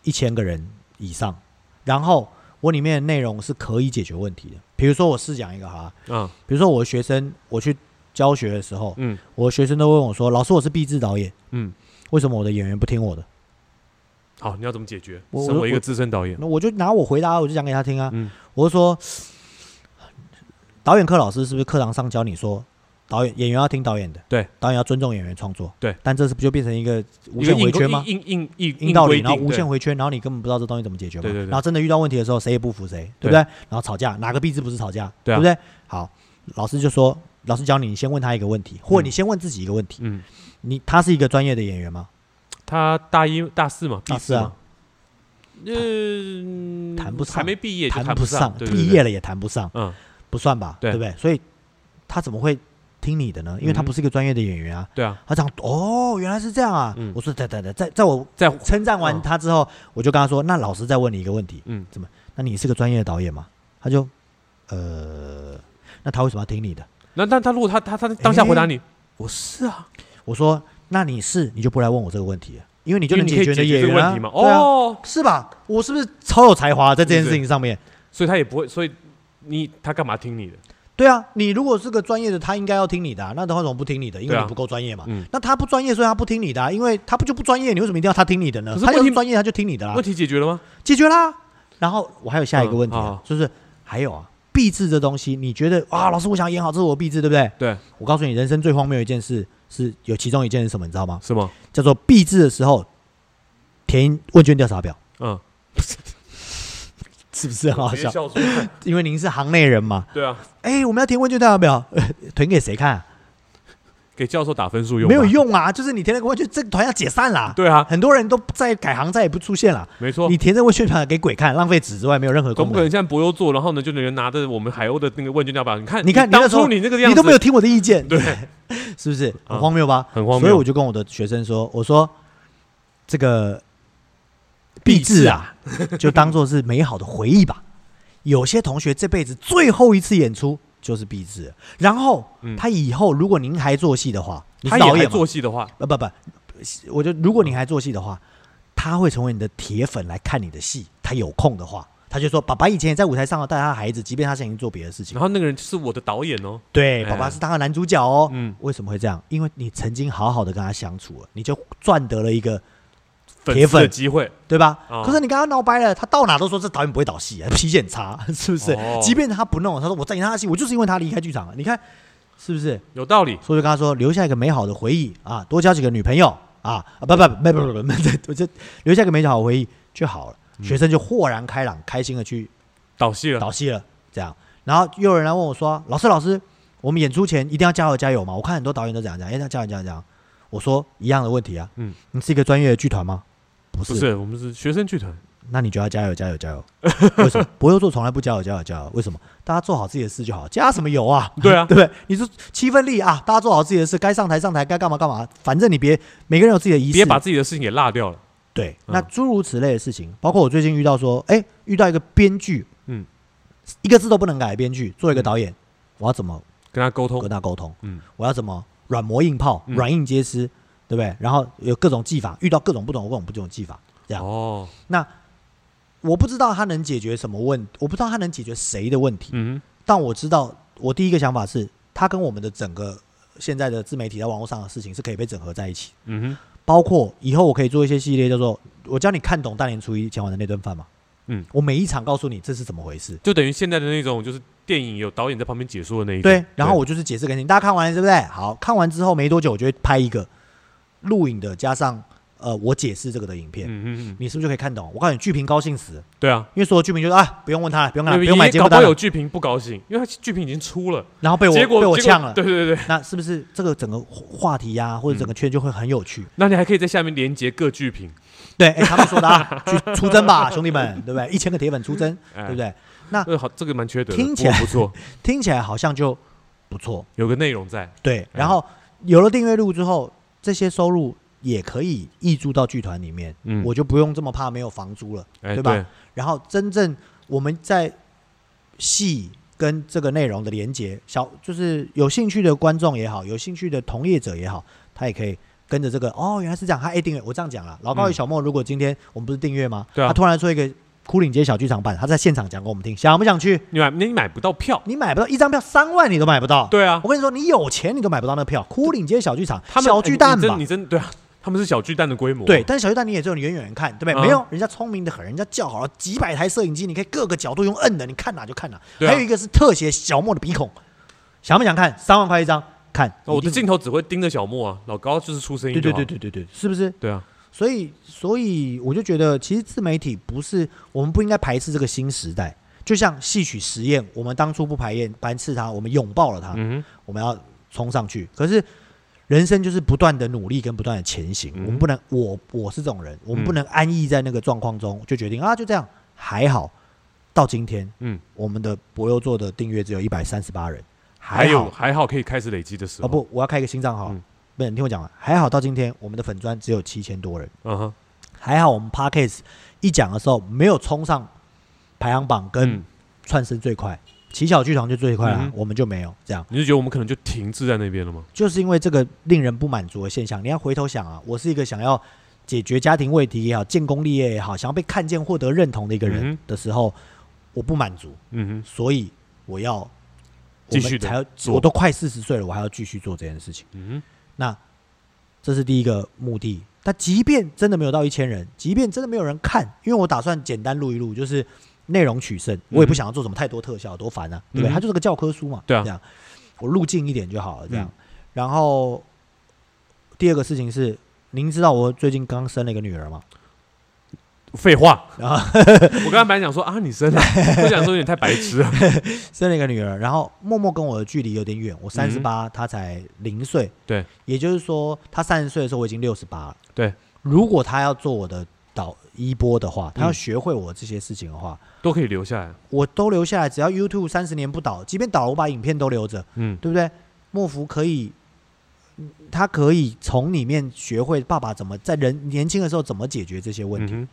Speaker 2: 一千个人以上，然后我里面的内容是可以解决问题的。比如说我试讲一个好了，
Speaker 1: 啊，
Speaker 2: 比如说我的学生我去教学的时候，
Speaker 1: 嗯
Speaker 2: 我的学生都问我说：“老师，我是毕制导演，
Speaker 1: 嗯，
Speaker 2: 为什么我的演员不听我的
Speaker 1: 好，你要怎么解决？
Speaker 2: 我
Speaker 1: 身
Speaker 2: 我
Speaker 1: 为一个资深导演？”，
Speaker 2: 那我就拿我回答，我就讲给他听啊。
Speaker 1: 嗯
Speaker 2: 我就说，导演课老师是不是课堂上教你说，导演演员要听导演的，
Speaker 1: 对，
Speaker 2: 导演要尊重演员创作，
Speaker 1: 对。
Speaker 2: 但这是不就变成一个无
Speaker 1: 一个
Speaker 2: 限
Speaker 1: 硬
Speaker 2: 回
Speaker 1: 规
Speaker 2: 圈吗？
Speaker 1: 硬硬硬
Speaker 2: 硬道理，
Speaker 1: 规
Speaker 2: 然后
Speaker 1: 定
Speaker 2: 无限
Speaker 1: 对
Speaker 2: 回圈，然后你根本不知道这东西怎么解决嘛。
Speaker 1: 对对对
Speaker 2: 然后真的遇到问题的时候，谁也不服谁，对不
Speaker 1: 对
Speaker 2: 对？然后吵架，哪个币制不是吵架，
Speaker 1: 对啊
Speaker 2: 不对？好，老师就说，老师教你，你先问他一个问题，或
Speaker 1: 嗯
Speaker 2: 你先问自己一个问题，
Speaker 1: 嗯，
Speaker 2: 你他是一个专业的演员吗？
Speaker 1: 他大一大四嘛，毕
Speaker 2: 大四
Speaker 1: 四
Speaker 2: 啊
Speaker 1: 嘛，嗯，
Speaker 2: 谈不上
Speaker 1: 还没毕业就
Speaker 2: 谈
Speaker 1: 不
Speaker 2: 上，
Speaker 1: 对对对
Speaker 2: 毕业了也谈不上，
Speaker 1: 嗯，
Speaker 2: 不算吧，
Speaker 1: 对
Speaker 2: 不对？所以他怎么会听你的呢？因为他
Speaker 1: 嗯
Speaker 2: 不是一个专业的演员啊。
Speaker 1: 对啊，
Speaker 2: 他讲哦，原来是这样啊！
Speaker 1: 嗯
Speaker 2: 我说对对对，在在我
Speaker 1: 在
Speaker 2: 称赞完
Speaker 1: 嗯
Speaker 2: 他之后，我就跟他说：“那老师再问你一个问题，
Speaker 1: 嗯，
Speaker 2: 那你是个专业的导演吗？”他就呃，那他为什么要听你的？
Speaker 1: 那那他如果他他他当下回答你，我是啊，
Speaker 2: 我说：“那你是你就不来问我这个问题了，因为你就
Speaker 1: 因为
Speaker 2: 能
Speaker 1: 你可
Speaker 2: 解
Speaker 1: 以
Speaker 2: 决你的
Speaker 1: 解决这
Speaker 2: 演
Speaker 1: 个
Speaker 2: 员
Speaker 1: 问
Speaker 2: 啊
Speaker 1: 题嘛。
Speaker 2: 对啊，
Speaker 1: 哦，
Speaker 2: 是吧？我是不是超有才华在这件
Speaker 1: 对
Speaker 2: 事情上面？
Speaker 1: 所以他也不会，所以你他干嘛听你的？
Speaker 2: 对啊，你如果是个专业的，他应该要听你的、啊，那他为什么不听你的？因为
Speaker 1: 对啊
Speaker 2: 你不够专业嘛。
Speaker 1: 嗯
Speaker 2: 那他不专业，所以他不听你的、啊，因为他不就不专业，你为什么一定要他听你的呢
Speaker 1: 可？是
Speaker 2: 他要
Speaker 1: 问
Speaker 2: 是
Speaker 1: 题
Speaker 2: 专业，他就听你的啦、
Speaker 1: 问题解决了吗？
Speaker 2: 解决啦。然后我还有下一个问题啊、
Speaker 1: 嗯好好
Speaker 2: 就是还有啊，壁纸这东西，你觉得啊，老师我想演好，这是我壁纸，对不对？
Speaker 1: 对，
Speaker 2: 我告诉你，人生最荒谬的一件事是有其中一件是什么，你知道吗？
Speaker 1: 是吗？
Speaker 2: 叫做壁纸的时候填问卷调查表，
Speaker 1: 嗯，
Speaker 2: 是不是很好
Speaker 1: 直接
Speaker 2: 笑？
Speaker 1: 笑出来。
Speaker 2: 因为您是行内人嘛。
Speaker 1: (laughs) 对啊，
Speaker 2: 哎，我们要填问卷调查表， (laughs) 呃填给谁看啊、
Speaker 1: 给教授打分数用
Speaker 2: 没有
Speaker 1: 吗。
Speaker 2: 用啊！就是你填了个问卷，这个团要解散啦。
Speaker 1: 对啊，
Speaker 2: 很多人都再改行，再也不出现了。
Speaker 1: 没错
Speaker 2: 你。填这个问卷表给鬼看，浪费纸之外没有任何
Speaker 1: 总
Speaker 2: 功
Speaker 1: 不可
Speaker 2: 能。
Speaker 1: 能像博优做，然后呢就能拿着我们海鸥的那个问卷代表，你看，
Speaker 2: 你看你那
Speaker 1: 当
Speaker 2: 时候
Speaker 1: 初你那个样子，
Speaker 2: 你都没有听我的意见，
Speaker 1: 对，
Speaker 2: 是不是很
Speaker 1: 嗯
Speaker 2: 荒谬吧？
Speaker 1: 很荒
Speaker 2: 所以
Speaker 1: 谬
Speaker 2: 我就跟我的学生说，我说这个毕制啊， (laughs) 就当做是美好的回忆吧。有些同学这辈子最后一次演出就是毕制了，然后
Speaker 1: 嗯
Speaker 2: 他以后如果您还做戏的话， (laughs) 你
Speaker 1: 他
Speaker 2: 是
Speaker 1: 也
Speaker 2: 导
Speaker 1: 还
Speaker 2: 演嘛
Speaker 1: 做戏的话，
Speaker 2: 呃不不，我就如果你还做戏的话，他会成为你的铁粉来看你的戏。他有空的话，他就说：“爸爸以前也在舞台上带他的孩子，即便他现在已经做别的事情
Speaker 1: 然。后那个人是我的导演哦，”
Speaker 2: 对，
Speaker 1: 哎
Speaker 2: 爸爸是他的男主角哦。
Speaker 1: 嗯，
Speaker 2: 为什么会这样？因为你曾经好好的跟他相处了，你就赚得了一个，
Speaker 1: 粉
Speaker 2: 铁
Speaker 1: 丝的
Speaker 2: 粉
Speaker 1: 机会，
Speaker 2: 对吧？
Speaker 1: 哦
Speaker 2: 可是你跟他闹掰了，他到哪都说这导演不会导戏，啊，脾气很差，是不是？
Speaker 1: 哦
Speaker 2: 即便他不弄，他说我在演他的戏，我就是因为他离开剧场了。你看是不是？
Speaker 1: 有道理，
Speaker 2: 所以我就跟他说，留下一个美好的回忆啊，多交几个女朋友啊，啊不不不不不不，我就留下一个美好的回忆就好了。学生就豁然开朗，开心的去
Speaker 1: 导戏 (laughs) 了，
Speaker 2: 导戏了，这样。然后又有人来问我说：“老师，老师，我们演出前一定要加油加油嘛？”我看很多导演都这样讲，哎，那加油加油加油。我说一样的问题啊，
Speaker 1: 嗯，
Speaker 2: 你是一个专业的剧团吗？不是，
Speaker 1: 不是，我们是学生剧团，
Speaker 2: 那你就要加油加
Speaker 1: (laughs)
Speaker 2: 油加油。为什么？博优做从来不加油加油加油，为什么？大家做好自己的事就好，加什么油啊？
Speaker 1: 对 (laughs)
Speaker 2: (laughs)
Speaker 1: 啊
Speaker 2: 对不对？你说七分力啊，大家做好自己的事，该上台上台，该干嘛干嘛，反正你别每个人有自己的仪式，啊
Speaker 1: 别把自己的事情给落掉了，
Speaker 2: 对，
Speaker 1: 嗯
Speaker 2: 那诸如此类的事情，包括我最近遇到说，哎，遇到一个编剧，
Speaker 1: 嗯，
Speaker 2: 一个字都不能改，编剧做一个导演，我要怎么
Speaker 1: 跟他沟通
Speaker 2: 跟，他沟通？
Speaker 1: 嗯，
Speaker 2: 我要怎么软磨硬泡，
Speaker 1: 嗯
Speaker 2: 软硬皆施，对不对？然后有各种技法，遇到各种不懂、各种不懂技法，这样
Speaker 1: 哦，
Speaker 2: 我不知道他能解决什么问，我不知道他能解决谁的问题，
Speaker 1: 嗯
Speaker 2: 但我知道我第一个想法是，他跟我们的整个现在的自媒体在网络上的事情是可以被整合在一起，
Speaker 1: 哼嗯哼，
Speaker 2: 包括以后我可以做一些系列，叫做我教你看懂大年初一前晚的那顿饭嘛。
Speaker 1: 嗯，
Speaker 2: 我每一场告诉你这是怎么回事。
Speaker 1: 就等于现在的那种就是电影有导演在旁边解说的那一种
Speaker 2: 对，然后我就是解释给你，大家看完了对不对？好看完之后没多久，我就会拍一个录影的，加上呃我解释这个的影片，
Speaker 1: 嗯嗯嗯，
Speaker 2: 你是不是就可以看懂？我告诉你，剧评高兴死了，
Speaker 1: 对啊，
Speaker 2: 因为所有剧评就是啊，不用问他
Speaker 1: (laughs)
Speaker 2: 了，不用看了，不用买
Speaker 1: 也
Speaker 2: 节
Speaker 1: 搞
Speaker 2: 目
Speaker 1: 不
Speaker 2: 单
Speaker 1: 好有
Speaker 2: 了，
Speaker 1: 剧评不高兴，因为他剧评已经出了，
Speaker 2: 然后被我
Speaker 1: 结果
Speaker 2: 被我
Speaker 1: 结果
Speaker 2: 呛了。
Speaker 1: 对嗯对对对，
Speaker 2: 那是不是这个整个话题呀、或者整个圈就会很有趣？
Speaker 1: 那你还可以在下面连接各剧评，
Speaker 2: 对，哎，他们说的啊，去出征
Speaker 1: (laughs)
Speaker 2: 吧，兄弟们，对不对？一千个铁粉出征，
Speaker 1: 哎
Speaker 2: 对不对？
Speaker 1: 这个好，这个蛮缺德的，
Speaker 2: 啊听起
Speaker 1: 不过
Speaker 2: 来
Speaker 1: 不
Speaker 2: (laughs)
Speaker 1: 错，
Speaker 2: 听起来好像就不错，
Speaker 1: 有个内容在，
Speaker 2: 对。然后有了订阅录之后，这些收入也可以溢注到剧团里面，
Speaker 1: 嗯
Speaker 2: 我就不用这么怕没有房租了。
Speaker 1: 哎，
Speaker 2: 对吧？然后真正我们在戏跟这个内容的连接，小就是有兴趣的观众也好，有兴趣的同业者也好，他也可以跟着这个哦，原来是这样，他 A 订阅，我这样讲了，老高
Speaker 1: 嗯
Speaker 2: 与小莫，如果今天我们不是订阅吗？
Speaker 1: 对啊
Speaker 2: 他突然说一个枯岭街小剧场版，他在现场讲给我们听，想不想去？
Speaker 1: 你买你买不到票，
Speaker 2: 你买不到一张票，三万你都买不到。
Speaker 1: 对啊
Speaker 2: 我，跟你说，你有钱你都买不到那个票。枯岭街小剧场，
Speaker 1: 他们
Speaker 2: 哦小
Speaker 1: 哎
Speaker 2: 巨
Speaker 1: 你
Speaker 2: 蛋
Speaker 1: 你
Speaker 2: 吧
Speaker 1: 真你，真对啊，他们是小巨蛋的规模，啊
Speaker 2: 对，但是小巨蛋你也只有你远远看，对不对？
Speaker 1: 嗯
Speaker 2: 没有，人家聪明的很，人家叫好了几百台摄影机，你可以各个角度用摁的，你看哪就看哪。
Speaker 1: 对啊
Speaker 2: 还有一个是特写小莫的鼻孔，想不想看？三万块一张，看。
Speaker 1: 哦，我的
Speaker 2: 一定
Speaker 1: 镜头只会盯着小莫啊，老高就是出声音
Speaker 2: 对对
Speaker 1: 就好
Speaker 2: 对对对对，是不是？
Speaker 1: 对啊，
Speaker 2: 所以所以我就觉得，其实自媒体不是我们不应该排斥这个新时代。就像戏曲实验，我们当初不排厌排斥它，我们拥抱了它，
Speaker 1: 嗯
Speaker 2: 我们要冲上去。可是人生就是不断的努力跟不断的前行，
Speaker 1: 嗯
Speaker 2: 我们不能，我我是这种人，我
Speaker 1: 嗯
Speaker 2: 们不能安逸在那个状况中就决定啊，就这样还好。到今天，
Speaker 1: 嗯，
Speaker 2: 我们的博优座的订阅只有一百三十八人，
Speaker 1: 哼，还
Speaker 2: 好
Speaker 1: 有哎还好可以开始累积的时
Speaker 2: 啊
Speaker 1: 候，，
Speaker 2: 不，我要开一个新账号
Speaker 1: 嗯，
Speaker 2: 不是你听我讲完，还好到今天我们的粉砖只有七千多人，
Speaker 1: 嗯哼，
Speaker 2: 还好我们 Parkes 一讲的时候没有冲上排行榜跟
Speaker 1: 嗯，
Speaker 2: 串升最快，奇巧剧场就最快了、
Speaker 1: 嗯哼
Speaker 2: 我们就没有这样。
Speaker 1: 你是觉得我们可能就停滞在那边了吗？
Speaker 2: 就是因为这个令人不满足的现象，你要回头想啊，我是一个想要解决家庭问题也好、建功立业也好、想要被看见、获得认同的一个人
Speaker 1: 嗯
Speaker 2: 的时候，我不满足，
Speaker 1: 嗯哼，
Speaker 2: 所以我要我们
Speaker 1: 嗯继续地
Speaker 2: 才要
Speaker 1: 做
Speaker 2: 我都快四十岁了，我还要继续做这件事情。
Speaker 1: 嗯
Speaker 2: 那这是第一个目的。但即便真的没有到一千人，即便真的没有人看，因为我打算简单录一录，就是内容取胜，我也不想要做什么太多特效，多烦啊，对
Speaker 1: 嗯
Speaker 2: 不对？它就是个教科书嘛，
Speaker 1: 对啊嗯
Speaker 2: 这样我路径一点就好了，这样。然后第二个事情是，您知道我最近刚生了一个女儿吗？
Speaker 1: 哼，废话。
Speaker 2: 然后
Speaker 1: (laughs) 我刚才本来想说啊，你生
Speaker 2: (laughs)
Speaker 1: 了，我想说有点太白痴啊了。
Speaker 2: 生了一个女儿，然后默默跟我的距离有点远，我三十八，她才零岁，
Speaker 1: 嗯对，
Speaker 2: 也就是说她三十岁的时候我已经六十八了，
Speaker 1: 对，
Speaker 2: 如果她要做我的导衣钵的话，她要
Speaker 1: 嗯
Speaker 2: 学会我这些事情的话，
Speaker 1: 都可以留下来。
Speaker 2: 我都留下来，只要 YouTube 三十年不倒，即便倒了，我把影片都留着，
Speaker 1: 嗯，
Speaker 2: 对不对？莫福可以，嗯他可以从里面学会爸爸怎么在人年轻的时候怎么解决这些问
Speaker 1: 嗯
Speaker 2: 题，
Speaker 1: 哼，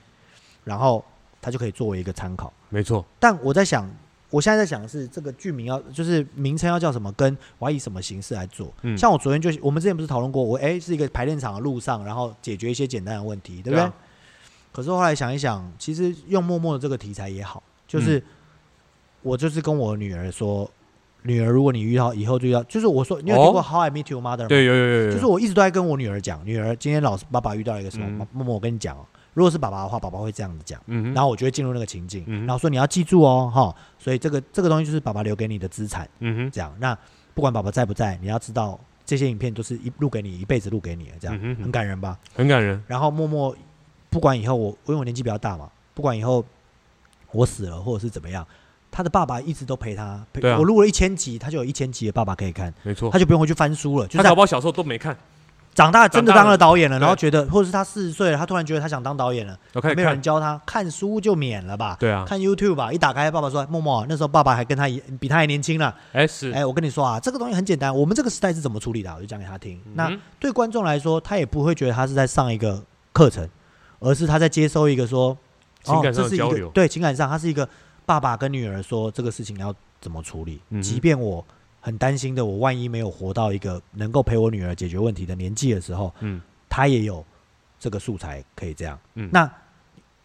Speaker 2: 然后他就可以作为一个参考。
Speaker 1: 没错。
Speaker 2: 但我在想，我现在在想的是这个剧名要就是名称要叫什么，跟我要以什么形式来做。
Speaker 1: 嗯
Speaker 2: 像我昨天就我们之前不是讨论过，我哎是一个排练场的路上，然后解决一些简单的问题，对不对？
Speaker 1: 对啊
Speaker 2: 可是后来想一想，其实用默默的这个题材也好，
Speaker 1: 嗯
Speaker 2: 就是、我就是跟我女儿说，女儿，如果你遇到以后就要，就是我说你有听过
Speaker 1: 哦
Speaker 2: 《How I Met Your Mother》吗？
Speaker 1: 对，有有有有有。
Speaker 2: 嗯就是我一直都在跟我女儿讲，女儿今天老师爸爸遇到一个什么，
Speaker 1: 嗯
Speaker 2: 默默我跟你讲哦，如果是爸爸的话，爸爸会这样子讲。
Speaker 1: 嗯
Speaker 2: 然
Speaker 1: 哼，
Speaker 2: 后我就会进入那个情境，
Speaker 1: 嗯
Speaker 2: 然后说你要记住哦，哈，所以这个这个东西就是爸爸留给你的资产，
Speaker 1: 嗯哼，
Speaker 2: 这样。那不管爸爸在不在，你要知道这些影片都是一录给你一辈子录给你的，这样、
Speaker 1: 嗯哼嗯
Speaker 2: 很感人吧？
Speaker 1: 很感人。
Speaker 2: 然后默默，不管以后我因为我年纪比较大嘛，不管以后我死了或者是怎么样，他的爸爸一直都陪他，陪
Speaker 1: 对啊
Speaker 2: 我录了一千集，他就有一千集的爸爸可以看，
Speaker 1: 没错
Speaker 2: 他。就不用回去翻书了，就
Speaker 1: 他
Speaker 2: 是
Speaker 1: 搞
Speaker 2: 他
Speaker 1: 不好小时候都没看，
Speaker 2: 长大真的
Speaker 1: 长大
Speaker 2: 当了
Speaker 1: 了
Speaker 2: 导演了，然后
Speaker 1: 对
Speaker 2: 觉得或者是他四十岁了，他突然觉得他想当导演了，
Speaker 1: 我开始
Speaker 2: 没有人
Speaker 1: 看。
Speaker 2: 教他，看书就免了吧。
Speaker 1: 对啊，
Speaker 2: 看 YouTube 吧，一打开，爸爸说：“默默，那时候爸爸还跟他一比他还年轻了。
Speaker 1: 哎是，
Speaker 2: 哎，我跟你说啊，这个东西很简单，我们这个时代是怎么处理的啊、我就讲给他听。那
Speaker 1: 嗯
Speaker 2: 对观众来说，他也不会觉得他是在上一个课程，而是他在接收一个说，
Speaker 1: 情感上
Speaker 2: 哦、这
Speaker 1: 的
Speaker 2: 是一
Speaker 1: 交
Speaker 2: 个
Speaker 1: 流
Speaker 2: 对情感上，他是一个爸爸跟女儿说这个事情要怎么处理。
Speaker 1: 嗯哼
Speaker 2: 即便我很担心的，我万一没有活到一个能够陪我女儿解决问题的年纪的时候，
Speaker 1: 嗯
Speaker 2: 他也有这个素材可以这样。
Speaker 1: 嗯
Speaker 2: 那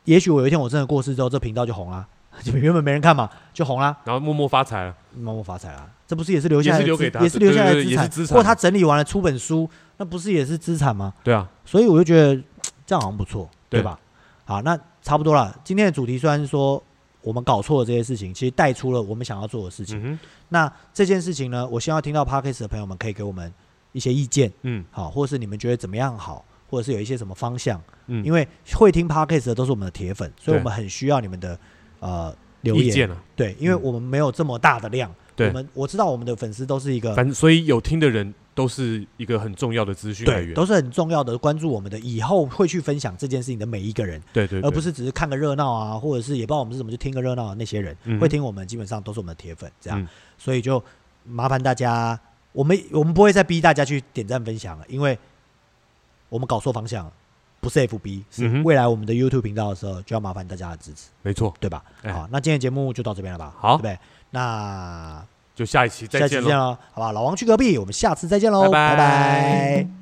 Speaker 2: 也许我有一天我真的过世之后，这频道就红啦， (laughs) 就原本没人看嘛，就红啦，
Speaker 1: 然后默默发财了，
Speaker 2: 那我发财啦。这不是也是留下来的
Speaker 1: 也是留
Speaker 2: 资
Speaker 1: 给他
Speaker 2: 也是留下来的
Speaker 1: 对对对
Speaker 2: 资
Speaker 1: 也
Speaker 2: 产，
Speaker 1: 是资产啊
Speaker 2: 或者他整理完了出本书，那不是也是资产吗？
Speaker 1: 对啊，
Speaker 2: 所以我就觉得嘖这样好像不错，对
Speaker 1: 对
Speaker 2: 吧？好，那差不多了。今天的主题虽然说我们搞错了这些事情，其实带出了我们想要做的事情。
Speaker 1: 嗯哼，
Speaker 2: 那这件事情呢，我希望听到 podcast 的朋友们可以给我们一些意见，
Speaker 1: 嗯
Speaker 2: 好，或者是你们觉得怎么样好，或者是有一些什么方向，
Speaker 1: 嗯
Speaker 2: 因为会听 podcast 的都是我们的铁粉，所以
Speaker 1: 对
Speaker 2: 我们很需要你们的呃留
Speaker 1: 意
Speaker 2: 言，
Speaker 1: 见啊，
Speaker 2: 对，因为我们没有这么大的量，
Speaker 1: 对
Speaker 2: 我们我知道我们的粉丝都是一个
Speaker 1: 反正所以有听的人都是一个很重要的资讯来
Speaker 2: 对，
Speaker 1: 源，
Speaker 2: 都是很重要的关注我们的，以后会去分享这件事情的每一个人，
Speaker 1: 对对，对
Speaker 2: 而不是只是看个热闹啊，或者是也不知道我们是怎么去听个热闹的那些人，
Speaker 1: 嗯哼
Speaker 2: 会听我们基本上都是我们的铁粉，这样，
Speaker 1: 嗯
Speaker 2: 所以就麻烦大家，我们我们不会再逼大家去点赞分享了，因为我们搞错方向了，不是 FB，是
Speaker 1: 嗯哼
Speaker 2: 未来我们的 YouTube 频道的时候，就要麻烦大家的支持，
Speaker 1: 没错，
Speaker 2: 对吧？
Speaker 1: 哎
Speaker 2: 好，那今天的节目就到这边了吧？
Speaker 1: 好
Speaker 2: 对不对？那
Speaker 1: 就下一期
Speaker 2: 下
Speaker 1: 再
Speaker 2: 期
Speaker 1: 见
Speaker 2: 见
Speaker 1: 喽。
Speaker 2: 喽，好吧？老王去隔壁，我们下次再见喽，
Speaker 1: 拜拜
Speaker 2: 拜拜